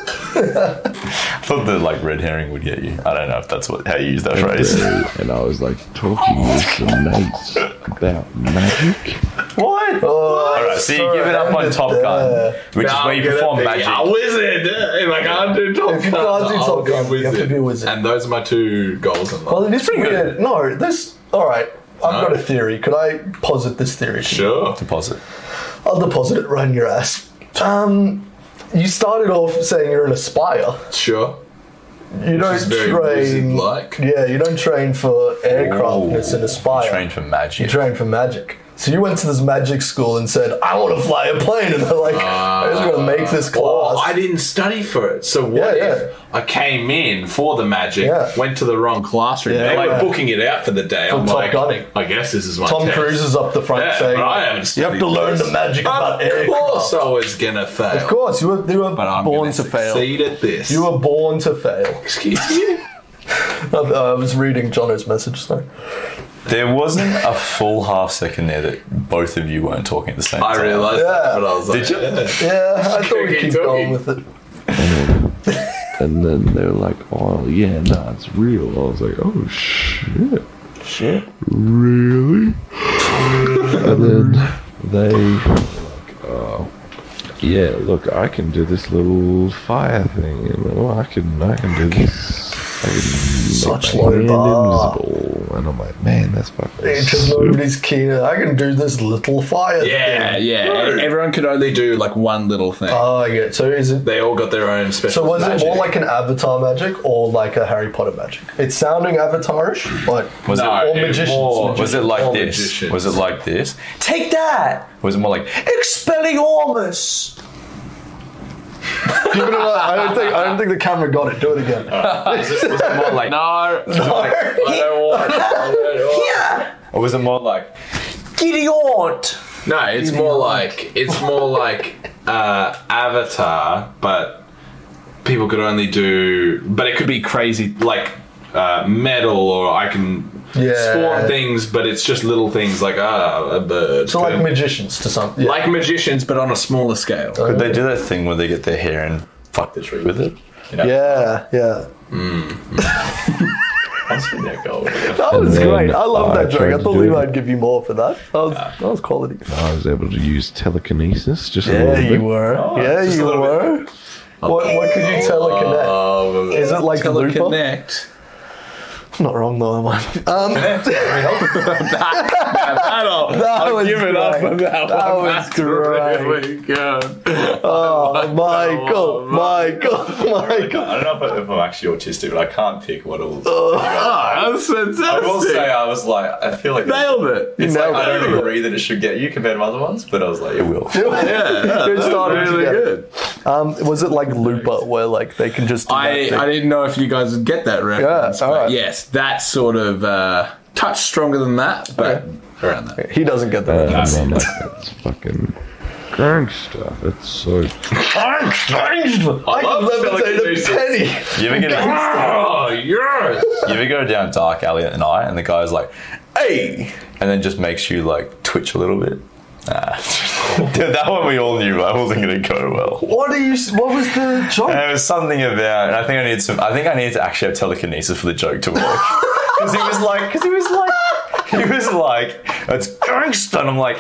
I thought the like red herring would get you. I don't know if that's what how you use that phrase. and I was like talking with some mates about magic. What? All right, so you sorry, give it up I on did Top that. Gun, which is Now where you I'm gonna perform be magic. A wizard. If I can't do Top If you Gun, can't do I'll Top be Gun, you have to be a wizard. And those are my two goals in life. Well, it is pretty weird. No, this. All right, I've No. got a theory. Could I posit this theory? sure. Deposit. I'll deposit it right in your ass. Um, you started off saying you're an aspire. Sure. You don't is very train. wizard-like. Yeah, you don't train for aircraftness and aspire. Train for You magic. train for magic. So you went to this magic school and said, "I want to fly a plane," and they're like, "I just got to make this class." Or Ah. Oh, I didn't study for it. So what Yeah, if I came in for the magic, Yeah. went to the wrong classroom? Yeah, They're like yeah. booking it out for the day. I'm Top like, Gunning. I guess this is my Tom test. Cruise is up the front Yeah, saying, but I haven't "You have studied to learn this." the magic about Of aircraft." course, I was gonna fail. Of course, you were, you were but I'm born going to fail. Succeed at this. You were born to fail. Excuse me. I, I was reading Jono's message, so There wasn't a full half second there that both of you weren't talking at the same I time. realised Yeah. that, but I was like, Did you? yeah. yeah, I thought we'd Okay, keep talking. going with it. And then they were like, oh, yeah, nah, it's real. I was like, oh, shit. Shit. Really? and then they were like, oh, yeah, look, I can do this little fire thing. And oh, I can, I can do this. I can Such make low my hand bar. invisible. And I'm like, man, that's fucking Because super nobody's keener. I can do this little fire. yeah, Thing. yeah. E-, Everyone could only do like one little thing. Oh, I get it. So is it? they all got their own special. So was magic. it more like an Avatar magic or like a Harry Potter magic? It's sounding Avatarish, but Was No, it or it magicians. was- Was it like All this? magicians. Was it like this? Take that! Was it more like Expelliarmus! Give it away. I don't think. I don't think the camera got it. Do it again. was it more like No, I don't want. I don't want- Yeah! or was it more like Gideon! No, it's more like it's more like uh, Avatar, but people could only do. But it could be crazy, like uh, metal, or I can Yeah. spawn things, but it's just little things like ah, a bird. So like Could- magicians to some. Yeah. like magicians, but on a smaller scale. could they do that thing where they get their hair and fuck the tree with it? yeah. Yeah. Hmm. That's what they're called. That was then, great. I love uh, that joke. tried I to thought do we it. might give you more for that. That was, that was quality. I was able to use telekinesis just a Yeah, little bit. you were. yeah, just a you little were. What, what could you teleconnect? Oh, Is it like Looper? teleconnect? Not wrong though, am I? Um, I don't. that was give it up great. on that, That one. was That's great. really good. Oh, Michael, Michael, Michael. I don't know if, I, if I'm actually autistic, but I can't pick what it was. Oh, that's fantastic. I will say I was like, I feel like Nailed it. it's You like, I nailed don't it. agree that it should get you compared to other ones, but I was like, it will. Yeah, yeah, Good that was starting really together. good. Um, was it like Looper, where like they can just? do that I, thing? I didn't know if you guys would get that reference. Yeah, but alright. yes, that sort of uh, touch stronger than that, but around that. he doesn't get that. And I'm like, that's fucking gangster. That's so I can levitate a penny. You ever get a, Oh, yes! you ever go down a dark alley at night and the guy's like, hey, and then just makes you like twitch a little bit? Nah. Dude, that one we all knew I wasn't going to go well. What are you? What was the joke? And it was something about, and I think I need some. I think I need to actually have telekinesis for the joke to work. Because he was like, because he was like, he was like, it's gangster, and I'm like.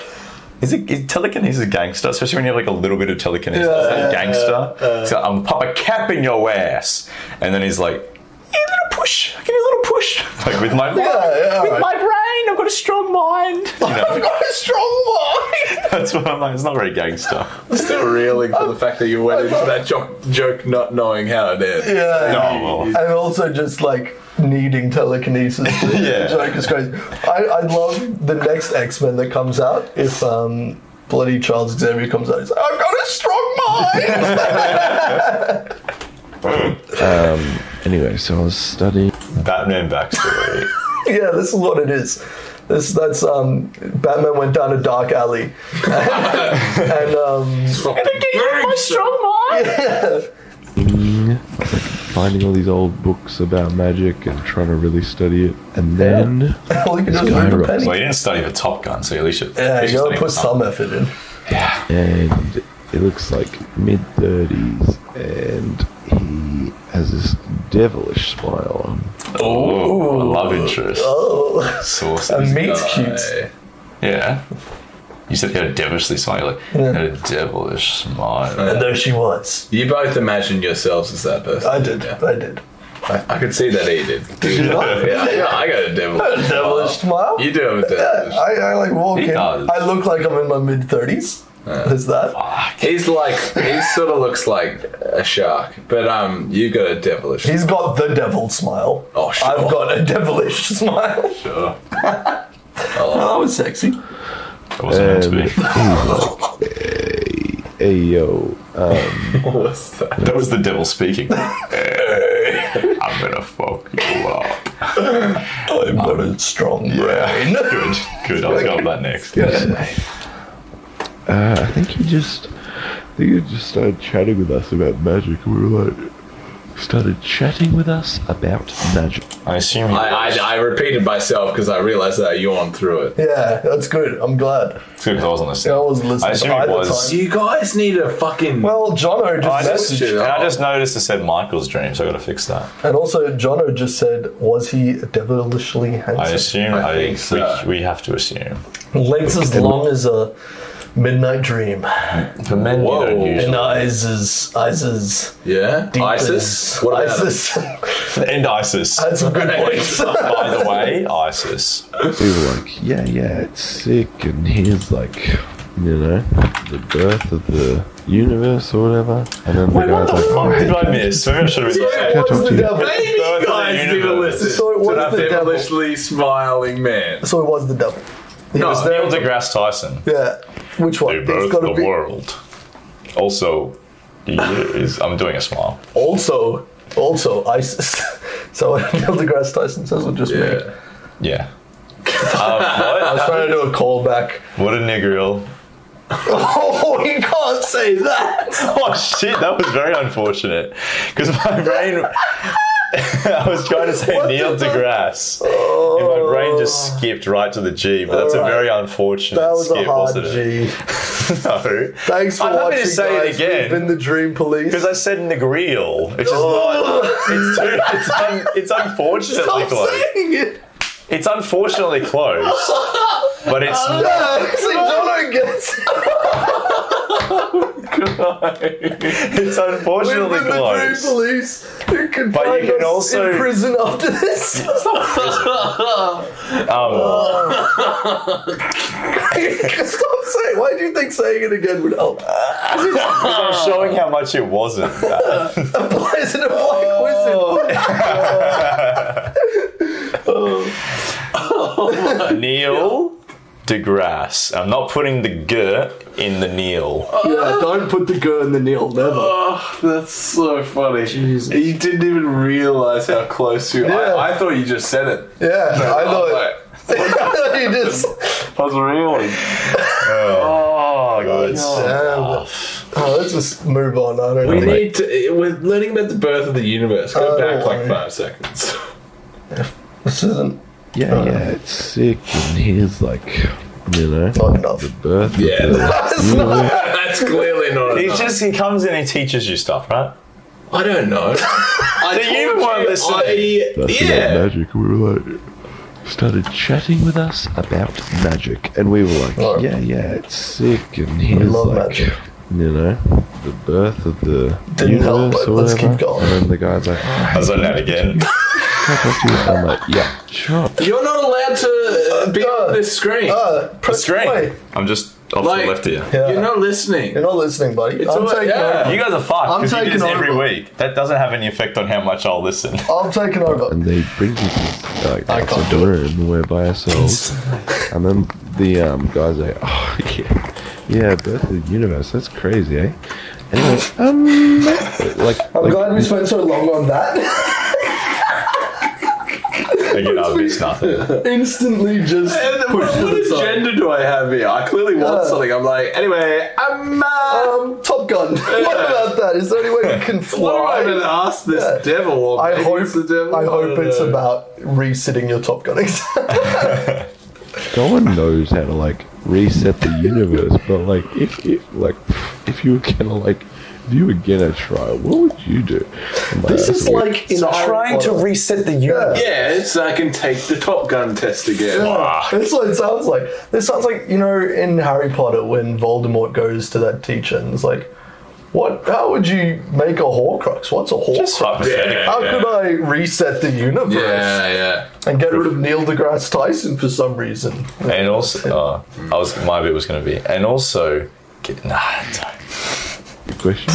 Is it is telekinesis gangster? Especially when you have like a little bit of telekinesis, is that gangster. so I'm pop a cap in your ass, and then he's like, "Yeah, a little push. I give you a little push, like with my yeah, with alright. my brain. I've got a strong mind. You know, got a strong mind. that's what I'm like. It's not very gangster. Still reeling for the fact that you went into that jo- joke not knowing how it ended. Yeah. No, Oh, well. And also just like needing telekinesis. Yeah. Joke is crazy. I, I love the next X Men that comes out if um bloody Charles Xavier comes out. He's like, I've got a strong mind. Anyway, so I was studying. Batman backstory. yeah, this is what it is. This, that's um, Batman went down a dark alley, and um, Finding all these old books about magic and trying to really study it, and then all you can do is move a Skyrockets. penny. Well, you didn't study for Top Gun, so at least you Yeah, at least you gotta studied for put some effort in. and it looks like mid 30s and he has this devilish smile on something. Ooh, a love interest. Oh, Sources. a meat cute. Yeah. You said you had a devilishly smile. You're like, you had a devilish smile. And there she was. You both imagine yourselves as that person. I did. Yeah. I did. I, I could see that he did. Did you not? Yeah, yeah, I got a devil. Devilish smile. You do have a devil. I, I like walk He in. does. I look like I'm in my mid thirties. Is that? He's like he sort of looks like a shark, but um, you got a devilish. He's got the devil smile. Oh, sure. I've got a devilish smile. Sure. Oh. That was sexy. It wasn't meant to be. hey yo What's that? That was the devil speaking. Hey, I'm gonna fuck you up. I've got a strong brain. Good, good. I was going with that next. uh, i think he just I think he just started chatting with us about magic and we were like started chatting with us about magic I assume you I, I, I repeated myself because I realized that I yawned through it. Yeah, that's good. I'm glad. It's good 'cause I wasn't I listening. wasn't listening. I assume at it the was. time. You guys need a fucking. Well, Jono I just just, messaged, you. and I just noticed it said Michael's dream, so I gotta fix that. and also Jono just said, "Was he devilishly I handsome?" assume I, think so. we, we have to assume. Legs as long as a midnight dream, For men, Whoa. you don't and usually. eyes as eyes as yeah, deep ISIS. as- What about him? ISIS? And ISIS. That's some good points. By the way, ISIS. we were like yeah yeah it's sick and here's like you know the birth of the universe or whatever and then the guy's like What Oh, did I miss? Maybe I should have been Can I What's talk the to you? devil? Maybe That was you the guys need to universe. listen So it to was that the devil. devilishly smiling man. So it was the devil. He No, was Neil deGrasse Tyson. Yeah. Which one? They birthed gotta the world. Also, he is, I'm doing a smile. Also, also ISIS. So Neil deGrasse Tyson says it just me. Yeah. Yeah. Um, I was trying to do a callback. What a niggerel. Oh, you can't say that. Oh shit, that was very unfortunate. Because my brain. I was trying to say Neil deGrasse. And my brain just skipped right to the G, but that's a Alright. very unfortunate Oh. That was skip, a hard wasn't it? G. No. Thanks for I'm happy watching, to say it guys. again. We've been Oh, the Dream Police. Because I said Negril, which is not. It's, too, it's, un, it's unfortunately Stop close. saying it. It's unfortunately close, but it's Uh, not. Yeah, see, Jono gets it. It's We've unfortunately been the Dream close. Police. You can But you find can us also- in prison after this. Um, Stop saying. Why do you think saying it again would help? I'm showing how much it wasn't. that. Applies in a black Oh. wizard. Neil deGrasse. I'm not putting the g in the Neil. Yeah, don't put the girl in the Neil. Never. Oh, that's so funny. You didn't even realize how close you. Yeah. I, I thought you just said it. Yeah, I I'm know like, it. he just. I was reeling. Oh, good Damn. stuff. Oh, let's just move on. I don't We know. need to. We're learning about the birth of the universe. Go Oh, back like alright. five seconds. This isn't yeah yeah it's sick and here's like you know not enough. birth of Yeah. the That's not. That's clearly not He enough. just he comes in and he teaches you stuff, right? I don't know. I That you weren't listening. I, That's yeah. about magic. We were like, started chatting with us about magic, and we were like, Right. yeah, yeah, it's sick, and here's love like, magic. you know, the birth of the Didn't help, universe but or let's whatever. keep going. And then the guy's like, oh, I was on that again. can I talk to you? I'm like, yeah, sure. You're not allowed to uh, be on this screen. Uh, press It's great. play. I'm just off Like- to the left here. Yeah. You're not listening. You're not listening, buddy. I'm all- taking yeah. over. You guys are fucked I'm because you do this taking every over. week. That doesn't have any effect on how much I'll listen. I'm taking over. And they bring you this like I it's can't a room we're by ourselves, and then the um, guys like, oh yeah, yeah, birth of the universe. That's crazy, eh? Anyway, um, like, I'm like glad we spent so long on that. Again, I've missed nothing. Instantly just pushed to what the side. agenda do I have here? I clearly want Uh, something. I'm like, anyway, I'm. Uh, Um, Top Gun. what about that? Is there any way we can what am I going to fly? ask this Yeah. devil? Or I maybe hope, it's the devil. I hope don't it's know. about resitting your Top Gun exam. no one knows how to like reset the universe, but like if, if like if you were gonna like if you were gonna try, what would you do? I'm this that's is weird. like in Harry Trying to Potter. reset the universe. Yeah, it's I can take the Top Gun test again. Yeah, That's what it sounds like. This sounds like you know in Harry Potter when Voldemort goes to that teacher and is like, "What? How would you make a Horcrux? What's a Horcrux? Just hypothetical. how could I reset the universe Yeah, yeah. and get rid of Neil deGrasse Tyson for some reason?" And also, uh, I was my bit was going to be, and also, get, nah, don't. Good question.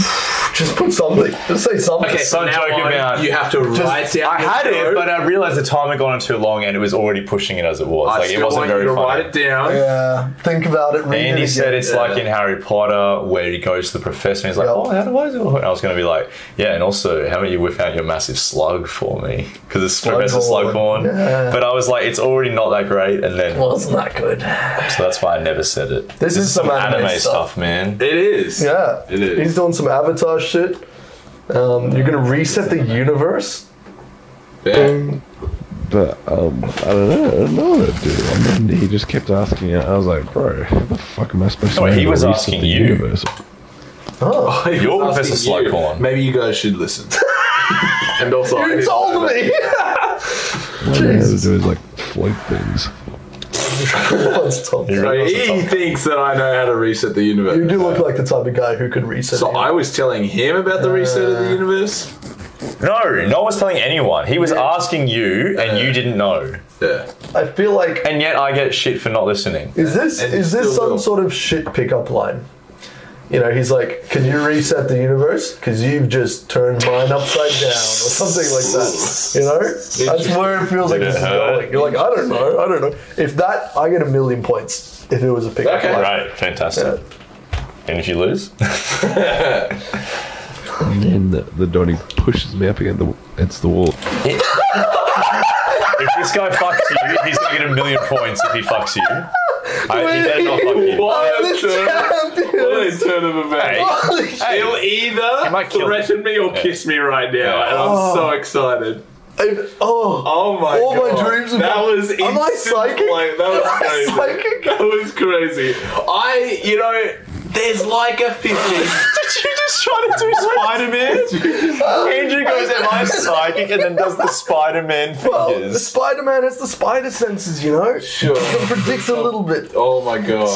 Just put something. Just say something. Okay. So joke about- You have to write down. I the had it, code. but I realized the time had gone on too long, and it was already pushing it as it was. I like it still wasn't want you very to funny. write it down. Yeah. Think about it. Read Andy it said again. it's like in Harry Potter where he goes to the professor and he's like, Yeah. "Oh, how do I do?" it?" And I was going to be like, "Yeah," and also, how about you whip out your massive slug for me? Because it's Professor Slughorn. Slughorn. Yeah. But I was like, "It's already not that great," and then Wasn't that good? so that's why I never said it. This is some anime stuff. man. It is. Yeah. It is. He's doing some Avatar shit. Um, you're gonna reset the universe. Yeah. But um, I don't know. I don't know what I'd do. And then he just kept asking it. I was like, bro, how the fuck am I supposed to? No, know he how to was reset asking the you. Universe? Oh, You're Asking Professor you. Slughorn. Maybe you guys should listen. and also, I you didn't- told me. All I know how to do is like float things. Once told me. So he thinks that I know how to reset the universe. You do look like the type of guy who could reset. So the I was telling him about the reset of Uh. the universe. No, no one's telling anyone. He was asking you, and you didn't know. Yeah. I feel like And yet I get shit for not listening. is this and you is this still some will. sort of shit pickup line? You know, he's like, "Can you reset the universe? Because you've just turned mine upside down, or something like that." You know, that's where it feels like Did it this is hurt? going. You're like, "I don't know, I don't know." If that, I get a million points if it was a pickup Okay. line. Right, fantastic. And if you lose, And then the, the Donny pushes me up against the against the wall. if this guy fucks you, he's gonna get a million points if he fucks you. I, he better not fuck you. What I'm a turn, the what champion. a turn of events. Holy shit. He'll either might kill threaten me or Yeah. kiss me right now, Yeah. and I'm so excited. I- Oh, Oh my All god! my dreams That about- was Am I instant psychic? play. That was Am I crazy. psychic? That was crazy. I, you know, there's like a fifty. Did you just try to do Spider Man? Andrew goes, Am I psychic? and then does the Spider Man well, the fingers. Spider-Man has the spider senses, you know. Sure. Can predict a little bit. Oh my god!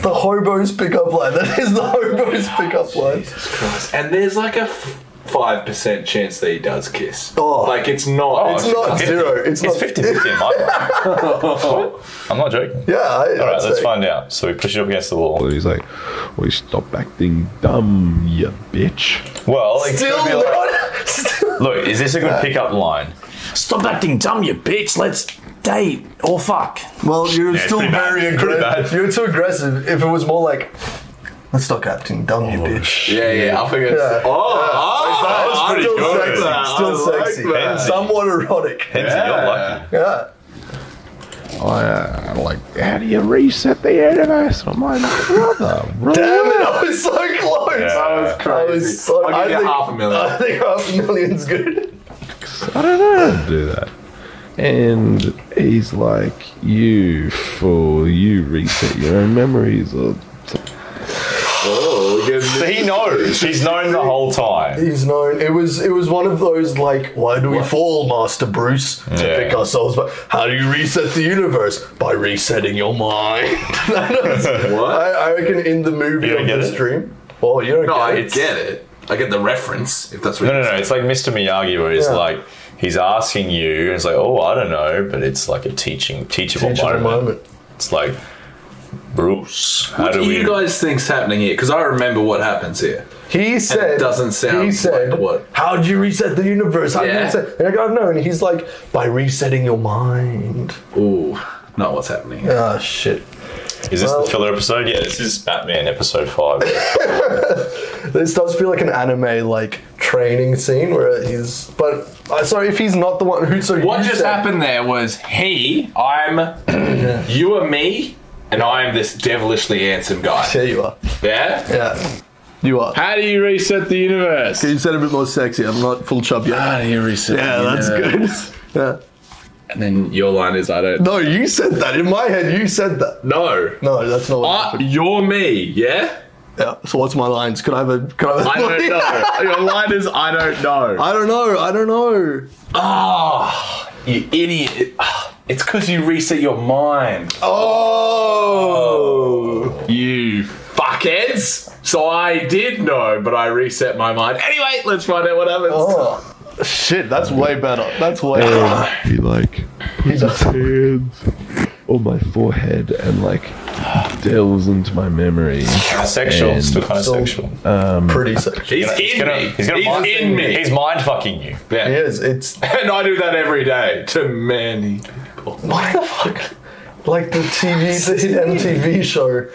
The hobo's pickup line. That is the hobo's pickup line. And there's like a five percent chance that he does kiss. Oh. Like it's not. Oh, it's It's not. not zero. It's It's, not 50 50 in my mind. I'm not joking. Yeah, I, I'd Alright, let's say. find out. So we push it up against the wall. And he's like, well, you stop acting dumb, you bitch. Well, it's Still gonna be like, not. Still, look, is this a good pickup line? Stop acting dumb, you bitch. Let's date or fuck. well, you're it's still pretty bad. very Pretty aggressive. bad. You're too aggressive. If it was more like, let's not acting dumb, you bitch. Yeah, yeah. I think it's. Yeah. Oh, oh, that was I pretty Still like good. sexy. that. I Still like sexy. that. Somewhat erotic. Hensley, you're lucky. Yeah. I, uh, like, how do you reset the universe? And I'm like, brother, Damn brother. it! I was so close. Yeah. That was I crazy. was so. I'll I give you think, half a million. I think half a million's good. I don't know how to do that. And he's like, you fool, you reset your own memories. Or oh, we're getting So he knows. He's known the whole time. He's known. It was. It was one of those like, why do we fall, Master Bruce? To Yeah. pick ourselves. But how do you reset the universe by resetting your mind? That was- What? I, I reckon in the movie You don't of get this it? dream. Well, you don't No, get I it. get it. I get the reference, if that's what No, you're no, no. It's like Mr. Miyagi, where he's Yeah. like, he's asking you, and it's like, oh, I don't know, but it's like a teaching, teachable Teachable moment. moment. It's like, Bruce, how What do do we? you guys think's happening here? Because I remember what happens here. He said. doesn't sound He like said. what- How do you reset the universe? How do you Yeah. reset? And I go, no. And he's like, by resetting your mind. Ooh. not what's happening. Ah, shit. Is this the filler episode? Yeah, this is Batman episode five. This does feel like an anime like training scene where he's. But uh, sorry if he's not the one who. So What you just said- happened there was he, I'm, you are me, and I am this devilishly handsome guy. There you are. Yeah? Yeah, you are. How do you reset the universe? You said a bit more sexy. I'm not full chub yet. How do you reset yeah, the that's universe? good. Yeah. And then your line is, I don't No, you said that. In my head, you said that. know. No, that's not what Uh, happened. you're me, yeah? Yeah. So what's my lines? Could I have a? Could I have a? I don't know. Your line is, I don't know. I don't know. I don't know. Ah, you idiot. Ah, It's because you reset your mind. Oh. You fuckheads. So I did know, but I reset my mind. Anyway, let's find out what happens. Oh. Shit, that's way better. That's way better. And he like puts his hands on my forehead and like delves into my memory. sexual, And- still kind of So- sexual. Pretty sexy. He's in gonna- me. he's He's, gonna mind- in me. He's mind fucking you. Yeah. He is. It's And I do that every day to many. What the fuck? Like the TV, the hit MTV show.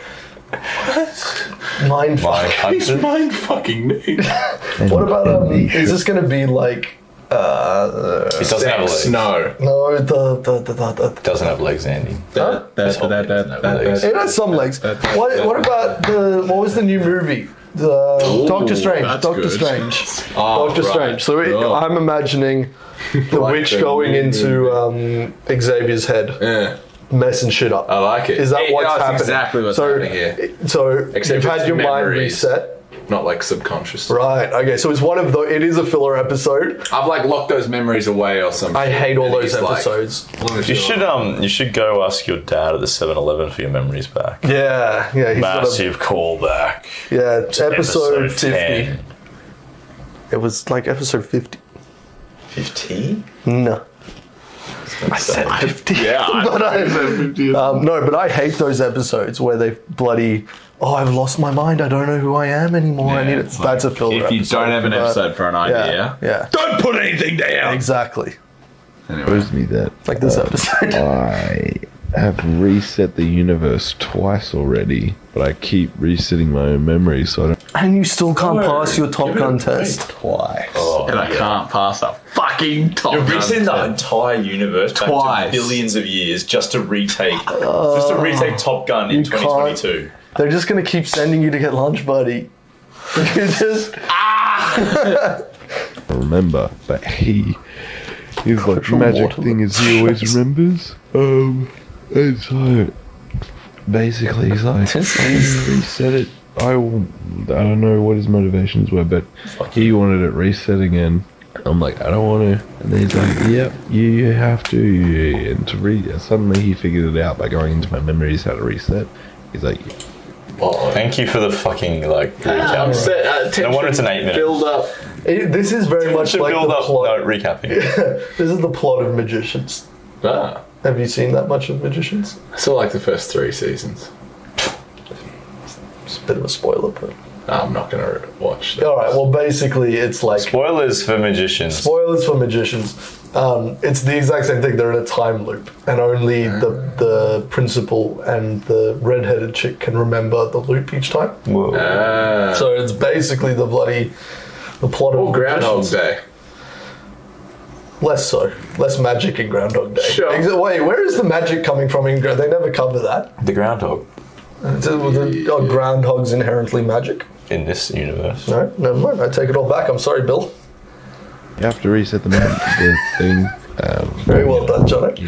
Mind Mind fuck. He's hunter. mind fucking me. And- What about and um? he- Is this gonna be like uh? It doesn't have legs. Sex, no. No, the the the the. the Doesn't have legs, Andy. huh? That's what it doesn't have legs. It has some legs. What what about the what was the new movie? The Doctor Strange. that's Doctor good. Strange. Oh, Doctor right. Strange. So it, Oh. I'm imagining the Like witch the going new into um, Xavier's head, Yeah. messing shit up. I like it. Is that Oh, Yeah, what's that's happening? exactly what's so, happening here. So Except you've had it's your mind memories. reset, Not like subconscious. right? Okay, so it's one of the. It is a filler episode. I've like locked those memories away or something. I hate all those episodes. You should um, you should go ask your dad at the 7-Eleven for your memories back. yeah, yeah, he's got a, Massive callback. yeah. Episode, Episode fifty. 10. It was like episode fifty. Fifty? No. I said fifty. yeah, I- but I, um, no, but I hate those episodes where they bloody. Oh, I've lost my mind. I don't know who I am anymore. I Yeah, need it. it's That's a like, filler. If you episode don't have an for that. episode for an yeah, idea, yeah, don't put anything down. exactly. Anyway. shows me that Like this uh, episode. I have reset the universe twice already, but I keep resetting my own memory, so I don't And you still can't pass your Top Gun test. twice. And I can't pass a fucking top. You're Gun. resetting the entire universe back Twice. to billions of years just to retake, just to retake Top Gun in Oh. You can't. 2022. They're just gonna keep sending you to get lunch, buddy. You just remember, but he his like magic thing is he always remembers. Um, and so basically he's like he said it. I will- I don't know what his motivations were, but he wanted it reset again. I'm like, I don't want to. And then he's like, yep, you, you have to. you- And to re- suddenly he figured it out by going into my memories how to reset. He's like, Thank you for the fucking like recap. no wonder it's an eight minute. uh, Build up. it, this is very much Should like build the up. plot. No, recapping. This is the plot of Magicians. Ah, Have you seen that much of Magicians? I saw like the first three seasons. It's a bit of a spoiler, but No, Ah, I'm not gonna watch. That. all right. Well, basically, it's like Spoilers for magicians. spoilers for magicians. Um, it's the exact same thing. They're in a time loop, and only the the principal and the redheaded chick can remember the loop each time. Whoa. Uh, So it's basically the bloody the plot of oh, Groundhog Magicians. Day. Less so, less magic in Groundhog Day. Sure. Ex- Wait, where is the magic coming from in Groundhog? They never cover that. The groundhog Is it- the- Are groundhogs inherently magic? in this universe. No, never mind. I take it all back. I'm sorry, Bill. you have to reset the, mem- the thing. Um, Very well done, Johnny.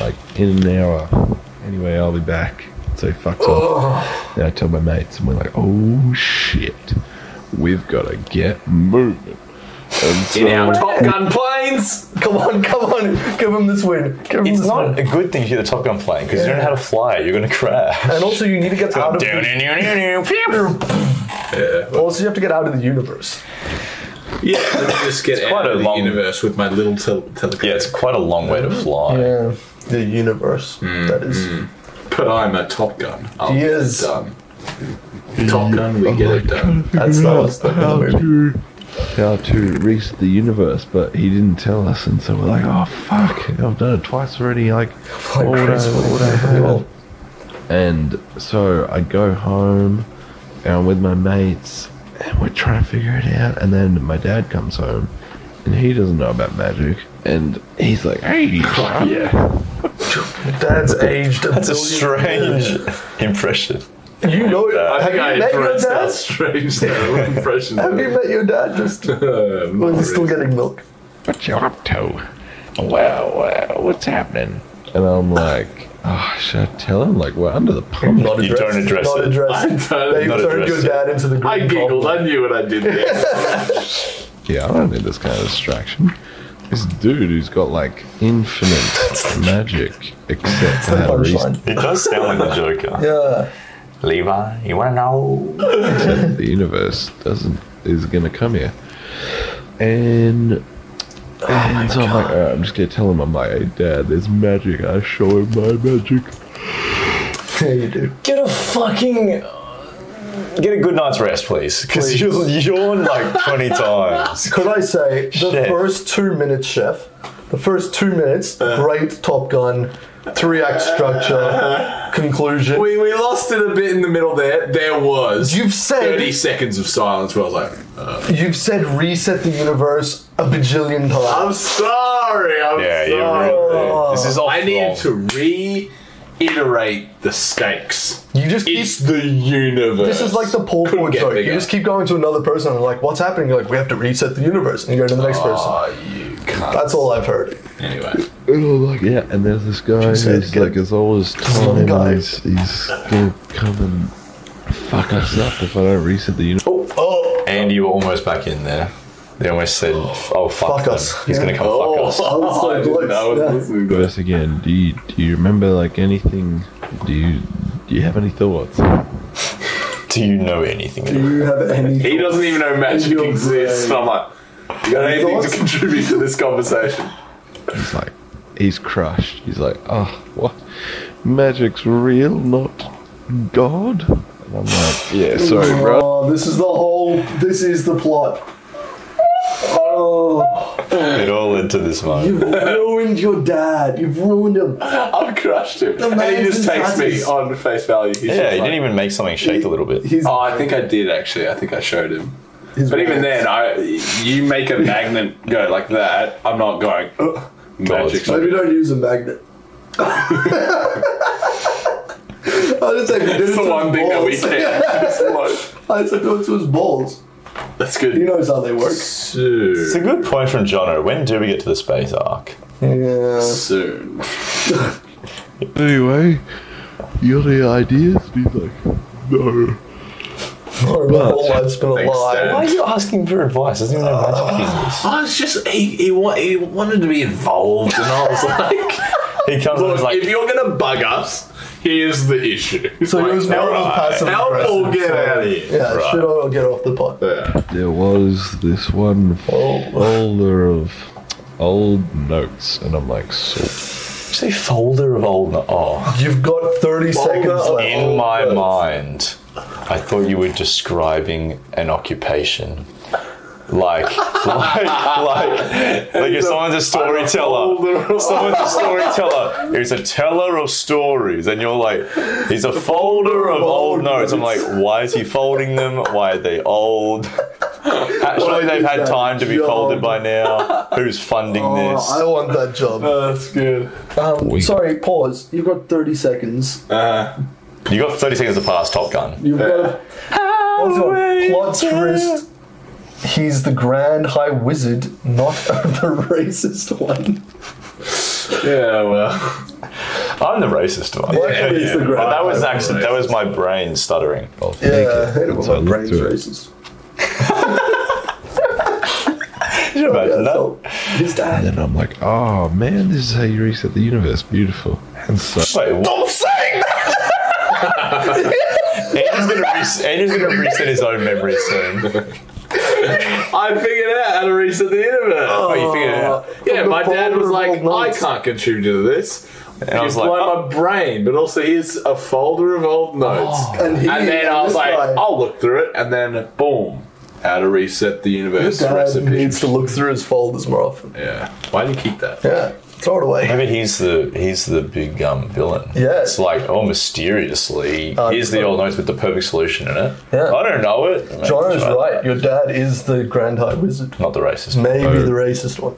like in an hour. Anyway, I'll be back. So he fucks off. Then I tell my mates, and we're like, oh shit, we've got to get moving. And so, In our Top Gun planes. Come on, come on. Give him this win. Give him It's this win. not a good thing to hear the Top Gun playing because you don't know how to fly. You're gonna crash. And also, you need to get out of. the- Quite Also, you have to get out of the universe. Yeah, let me just get quite out a of the long- universe with my little tel- telekinesis. Yeah, it's quite a long way to fly. Yeah, the universe. that is. Mm-hmm. but I'm a Top Gun. I'll He get is. Mm-hmm. it done. Top Gun, we get it done. That's that was the, how the movie. to how to reset the universe, but he didn't tell us, and so we're like, oh fuck, I've done it twice already. Like, what would I, what would I have? And so I go home, and I'm with my mates, and we're trying to figure it out. And then my dad comes home, and he doesn't know about magic, and he's like, hey, son, Dad's aged a That's a strange impression. You know, I have think you I met your impressed how dad? strange that impression. Have you met your dad? Just was he still getting milk? what you up to? Well, uh, what's happening? And I'm like, oh, should I tell him? Like, we're under the pump. Not You don't address Not it. addressed. I don't- They Not turned your addressed it. dad into the green. I giggled. I knew what I did there. Yeah, I don't need this kind of distraction. This dude who's got like infinite magic, except for The how recent punchline. It does sound like the Joker. Yeah. Levi, you want to know? the universe doesn't is gonna come here. And Oh and so I'm like, alright, I'm just gonna tell him. I'm like, hey, Dad, there's magic. I show him my magic. Yeah, you do. Get a fucking. Get a good night's rest, please. Because Please. you'll yawn like 20 times. Could I say the Shit. first two minutes, chef? The first two minutes, Uh. great Top Gun, three act Uh-huh. structure, conclusion. We, we lost it a bit in the middle there. There was You've said 30 seconds of silence where I was like, you've said reset the universe a bajillion I'm times. sorry. I'm Yeah, sorry. you're Oh. right. This is all I wrong. need to reiterate the stakes. You just keep. It's the universe. This is like the pull Couldn't forward get joke. You bigger. just keep going to another person and like, what's happening? You're like, we have to reset the universe, and you go to the next person. Oh, you can't. That's all I've heard. Anyway. And I'm like, yeah. And there's this guy She said, who's "Get like, as old as little time. guy." He's, he's gonna come and fuck us up if I don't reset the universe. Oh, oh, And you were almost back in there. They almost said, oh, fuck, Fuck them. us. He's Yeah. going to come fuck us. I was so I didn't- close. I was Yeah. listening. But us again. Do you do you remember like anything? Do you do you have any thoughts? Do you know anything? Do you have any? He doesn't even know magic You're exists. I'm like, you got anything thoughts? to contribute to this conversation? He's like, he's crushed. He's like, oh, what? Magic's real, not God? And I'm like, yeah, sorry, bro. Oh, this is the whole. This is the plot. Oh, It all led to this moment. you've ruined your dad. You've ruined him. I've crushed him. The and he just man's takes me nuts. on face value. He's Yeah, just he like- didn't even make something shake a little bit. He's, Oh, I think I did actually. I think I showed him. he's But even then, I you make a magnet go like that. I'm not going. Oh, "Ugh, Magic. God. Maybe don't use a magnet. I just said we did That's the it to his one thing that we balls. can. It's like- I said do it to his balls. That's good. He knows how they work. It's a good point from Jono. When do we get to the space arc? Yeah. soon. Anyway, you got any ideas? And he's like, no. My whole life's been a Thanks, lie. Dad. Why are you asking for advice? Doesn't even know magic exists. I was just, he, he, wa- he wanted to be involved, and I was like, He comes and look, he's like, if you're going to bug us, here's the issue. So he was more of a passive Help or aggressive. get out of here. Yeah, shit, I'll get off the pot. There was this one folder of old notes, and I'm like, so. say folder of old. no- Oh, You've got 30 seconds left. in my mind, I thought you were describing an occupation. Like, like, like, like if someone's a storyteller, someone's a storyteller, it's a teller of stories, and you're like, he's a folder of old notes. I'm like, why is he folding them? Why are they old? Surely they've had that time to be job? folded by now. Who's funding this? Oh, I want that job. That's good. Um, sorry, pause. You've got 30 seconds. You got 30 seconds to pass Top Gun. You've got a what's it called? plot twist. He's the grand high wizard, not the racist one. Yeah, Oh, well. I'm the racist one. What is the grand? That was high actually that was my brain stuttering. I'll take wizard? it. Yeah, And my so I looked brain's through it. racist. Imagine that. So, his dad. And I'm like, oh man, this is how you reset the universe. Beautiful. And so. Wait, what? Andrew's gonna, res- Andrew's gonna reset his own memory soon. I figured out how to reset the universe. Oh, you figured it out. yeah, my dad was like, vulnerable I moments. can't contribute to this. And I was like, blow oh, my brain, but also here's a folder of old notes. Oh. And he- and then I was this like, "Oh, guy. I'll look through it, and then boom. How to reset the Your universe dad recipe. needs to look through his folders more often. yeah. Why do you keep that? Yeah, throw it away. Maybe he's the he's the big um, villain. Yeah. Uh, it's like oh, mysteriously, here's the old notes with the perfect solution in it. Yeah. I don't know it. John is Try right. that. Your dad is the Grand High Wizard. Not the racist. Maybe Oh. the racist one.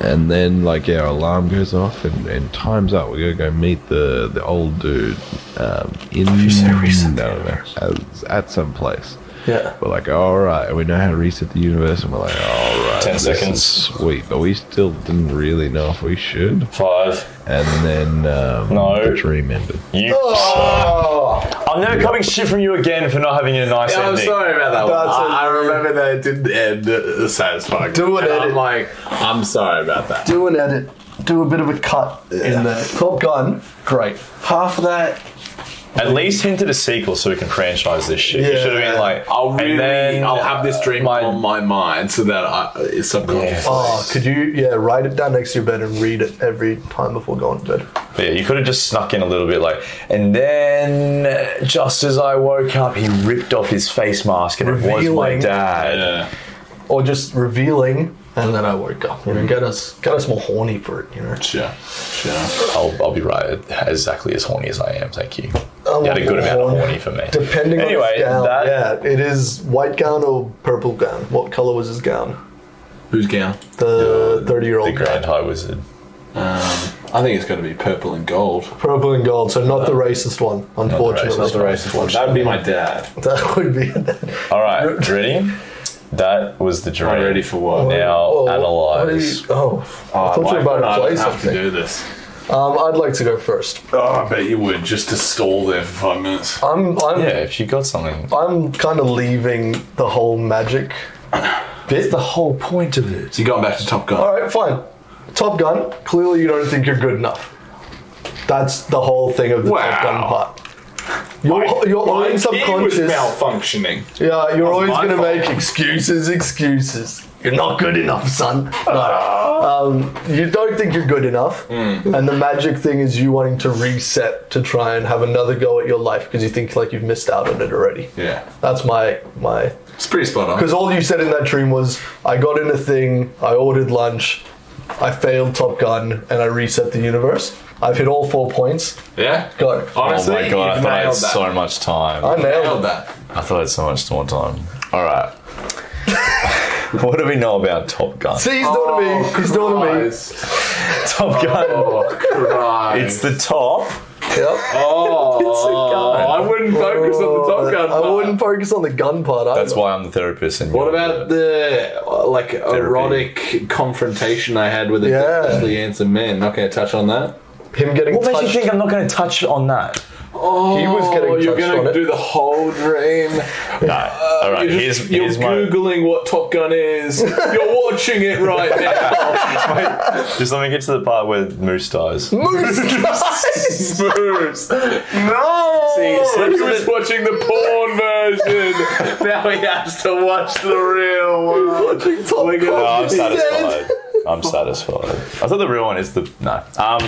And then like our alarm goes off and, and time's up. We're gonna go meet the the old dude um, in no, no, no, at, at some place. Yeah. We're like, all right, and we know how to reset the universe, and we're like, all right, Ten this seconds. is sweet. But we still didn't really know if we should. Five. And then um, No. the dream ended. You. Oh! I'm never coming shit from you again for not having a nice Yeah, I'm ending. sorry about that one. That's I it. I remember that it didn't end uh, satisfying. Do an And edit. I'm like, I'm sorry about that. Do an edit. Do a bit of a cut in there. Top Gun, great. Half of that. At least hinted a sequel so we can franchise this shit. You Yeah. should have been like, I'll really, and then I'll have uh, this dream my- on my mind so that I, it's subconscious. Oh, could you? Yeah, write it down next to your bed and read it every time before going to bed. But yeah, you could have just snuck in a little bit like, and then uh, just as I woke up, he ripped off his face mask and it was my Revealing. dad. Or just revealing, Mm-hmm. and then I woke up. You know, get us, get us more horny for it. You know. Sure, sure. I'll, I'll be right, exactly as horny as I am, thank you. I Oh, You had a want good amount of horn, horny for me. Depending Anyway, on his gown. that- Yeah, it is white gown or purple gown. What color was his gown? Who's gown? The The thirty-year-old Grand High Wizard. I think it's got to be purple and gold. Purple and gold, so not the racist one, unfortunately. Not the racist one. That would be my dad. That would be. All right, ready? That was the dream. I'm ready for what? Now Whoa, Oh, what are analyze. you- Oh, I thought you were Oh, Like, about I to don't play have to something. do this. Um, I'd like to go first. Oh, I bet you would just to stall there for five minutes. I'm, I'm, Yeah, if you got something. I'm kind of leaving the whole magic bit. The whole point of it. So you going back to Top Gun? All right, fine. Top Gun. Clearly, you don't think you're good enough. That's the whole thing of the Top Gun Wow. part. Your, your own It was subconscious. malfunctioning. Yeah, you're always my going to fault. make excuses, excuses. You're not good enough, son. No. Um, you don't think you're good enough. Hmm. And the magic thing is you wanting to reset to try and have another go at your life because you think like you've missed out on it already. Yeah, That's my my it's pretty spot on. because all you said in that dream was I got in a thing, I ordered lunch, I failed Top Gun, and I reset the universe. I've hit all four points. Yeah, Go. honestly, oh my god, I you've thought I had nailed that. so much time. I nailed nailed it. that. I thought I had so much more time. All right. what do we know about Top Gun? See, he's doing to me. He's doing to me. Oh, Christ. Top Gun. Oh, Christ. It's the top. Yep. Oh, I wouldn't focus on the Top Gun. Oh, I part. wouldn't focus on the gun part. Either. That's why I'm the therapist. And What you're about the uh, like erotic confrontation I had with a Yeah. definitely handsome man? Not going to touch on that. him getting What makes you touched. think I'm not going to touch on that? Oh, He was getting you're touched gonna on it. do the whole dream. No. All You're, right. Uh, just- Here's you're here's my. googling what Top Gun is. you're watching it right now. Just let me get to the part where Moose dies. Moose Moose. No. He was watching the porn version. now he has to watch the real one. watching Top Gun. No, I'm He said- satisfied. I'm satisfied. I thought the real one is the no. Um,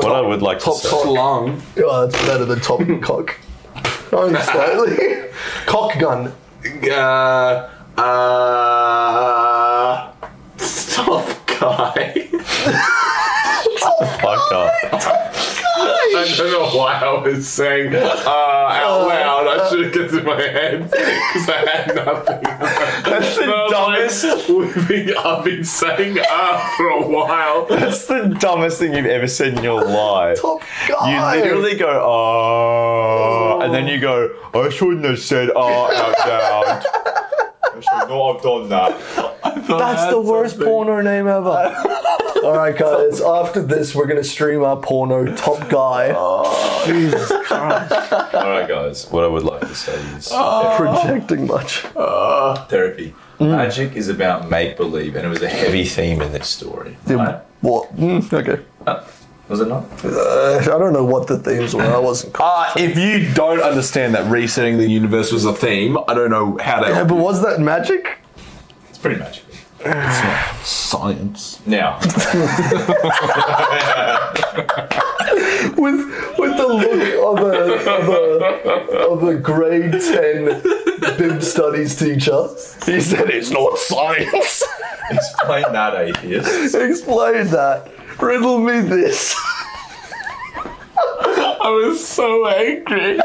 what I would like to Top say. cock. Long. Oh, that's better than top cock. Only slightly. cock gun. Uh, uh, stop, guy. Fuck off. I don't know why I was saying uh, out loud. uh, I should have kept it in my head because I had nothing. That's the dumbest- We've been, I've been saying uh for a while. That's the dumbest thing you've ever said in your life. Top gun. You literally go, oh, and then you go, I shouldn't have said oh out loud. I should not have done that. That's the worst porno name ever. All right, guys. After this, we're gonna stream our porno Top Guy, All right, guys. What I would like to say is Oh. projecting much. therapy. Magic is about make believe, and it was a heavy theme in this story. right? What? Mm, okay. Was it not? Uh, I don't know what the themes were. I wasn't. Uh, if you don't understand that resetting the universe was a theme, I don't know how to Yeah, but was that magic? It's pretty magic. science. Now, With with the look of a of a, of a grade ten Bib studies teacher. He said it's not science. Explain that, atheist. Explain that. Riddle me this. I was so angry.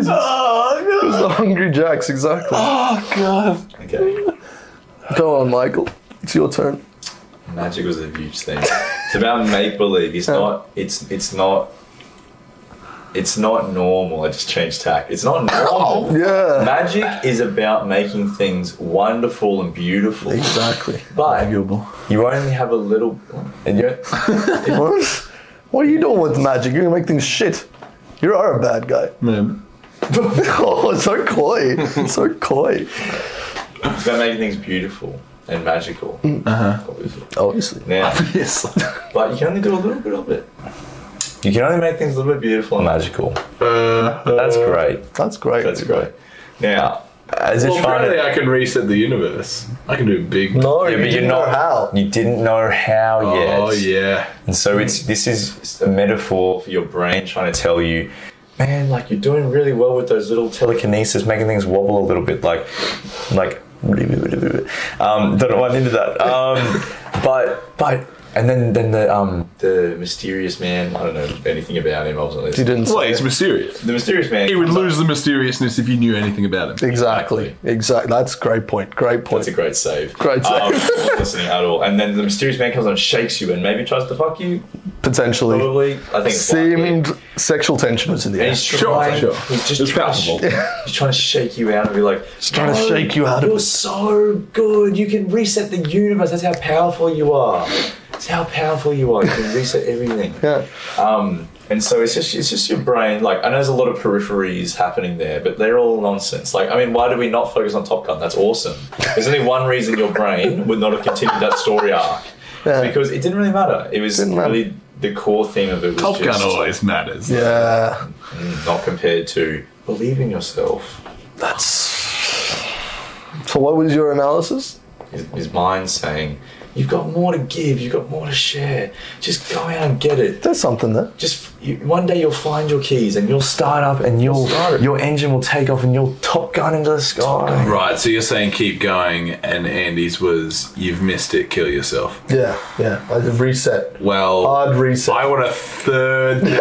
The Hungry Jacks, exactly. Oh god. Okay. Go on, Michael. It's your turn. Magic was a huge thing. It's about make believe. It's not. It's it's not. It's not normal. I just changed tack. It's not normal. Yeah. Magic is about making things wonderful and beautiful, Exactly. but Arguable. you only have a little. And you What? What are you doing with magic? You're gonna make things shit. You are a bad guy. oh, so coy. So coy. it's about making things beautiful and magical. Obviously. Obviously. Now, Yes. but you can only do a little bit of it. You can only make things a little bit beautiful and magical. Uh, That's great. That's great. That's great. Now, as Well, if trying apparently to, I can reset the universe. I can do big. No, Yeah, you but you're didn't know not- how. you didn't know how yet. Oh yeah. And so it's this is a metaphor for your brain trying to tell you, man, like you're doing really well with those little telekinesis, making things wobble a little bit, like, like. Um, don't know why I'm into that. Um, but but and then then the um the mysterious man. I don't know anything about him. I wasn't You listening. didn't Well, say he's mysterious. The mysterious man. He would lose the mysteriousness if you knew anything about him. Exactly. Exactly. That's a great point. Great point. That's a great save. Great save. Um, not listening at all. And then the mysterious man comes on, shakes you, and maybe tries to fuck you. Potentially. Probably. I think. it's likely. Seemed sexual tension was in the And air. he's trying. sure. He's just It's trying, to sh- palpable. he's trying to shake you out and be like, he's trying to shake you out of You're it." so good. You can reset the universe. That's how powerful you are. That's how powerful you are. You can reset everything. Yeah. Um, and so it's just it's just your brain. Like I know there's a lot of peripheries happening there, but they're all nonsense. Like I mean, why do we not focus on Top Gun? That's awesome. There's only one reason your brain would not have continued that story arc Yeah. because it didn't really matter. It was Didn't matter. really the core theme of it was Top Gun just mm, always matters. Yeah. not compared to believe in yourself. That's. So, what was your analysis? His, his mind saying, "You've got more to give. You've got more to share. Just go out and get it." There's something there. just you, one day you'll find your keys and you'll start up and you'll your engine will take off and you'll top gun into the sky. Right. So you're saying keep going, and Andy's was you've missed it. Kill yourself. Yeah. Yeah. I did reset. Well, Hard reset. I want a third.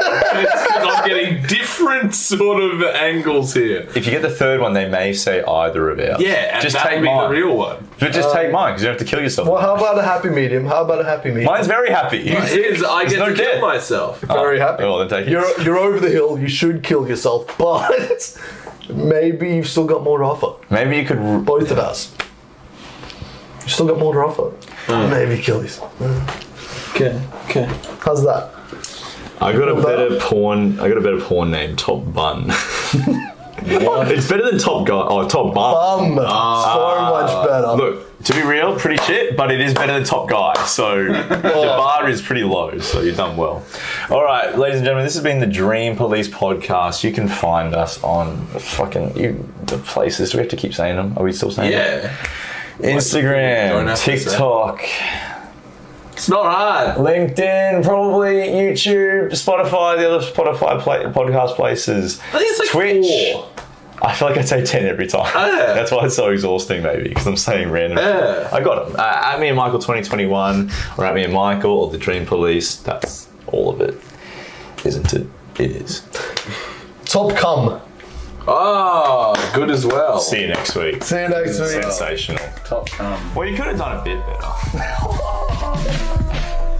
'Cause I'm getting different sort of angles here. If you get the third one, they may say either of ours. Yeah, and just that take would be mine. the real one. But just take mine because you don't have to kill yourself. well, how about a happy medium? How about a happy medium? Mine's very happy. Is I There's get no to kill death. Oh. myself. Very happy. Well, then take it. You're you're over the hill. You should kill yourself, but maybe you've still got more to offer. Maybe you could. r- Both of us. You've still got more to offer. Maybe kill yourself. Okay. Okay. How's that? I got a better porn. I got a better porn name. Top Bun. it's better than Top Gun. Oh, Top Bun. Um, so much better. Ah. Uh, Look, to be real, pretty shit, but it is better than Top Guy. So your bar is pretty low, so you've done well. All right, ladies and gentlemen, this has been the Dream Police podcast. You can find us on fucking you, the places. Do we have to keep saying them? Are we still saying them? Yeah, Don't Instagram, have to say. TikTok, it's not hard. LinkedIn, probably YouTube, Spotify, the other Spotify play, podcast places. I think it's like Twitch. four. I feel like I say 10 every time. Yeah. That's why it's so exhausting, maybe, because I'm saying random. Yeah. I got them. Uh, at me and Michael 2021, or at me and Michael, or the Dream Police. That's all of it, isn't it? It is. Top cum. Oh, good as well. See you next week. See you next week. Sensational. Top com. Well, you could have done a bit better.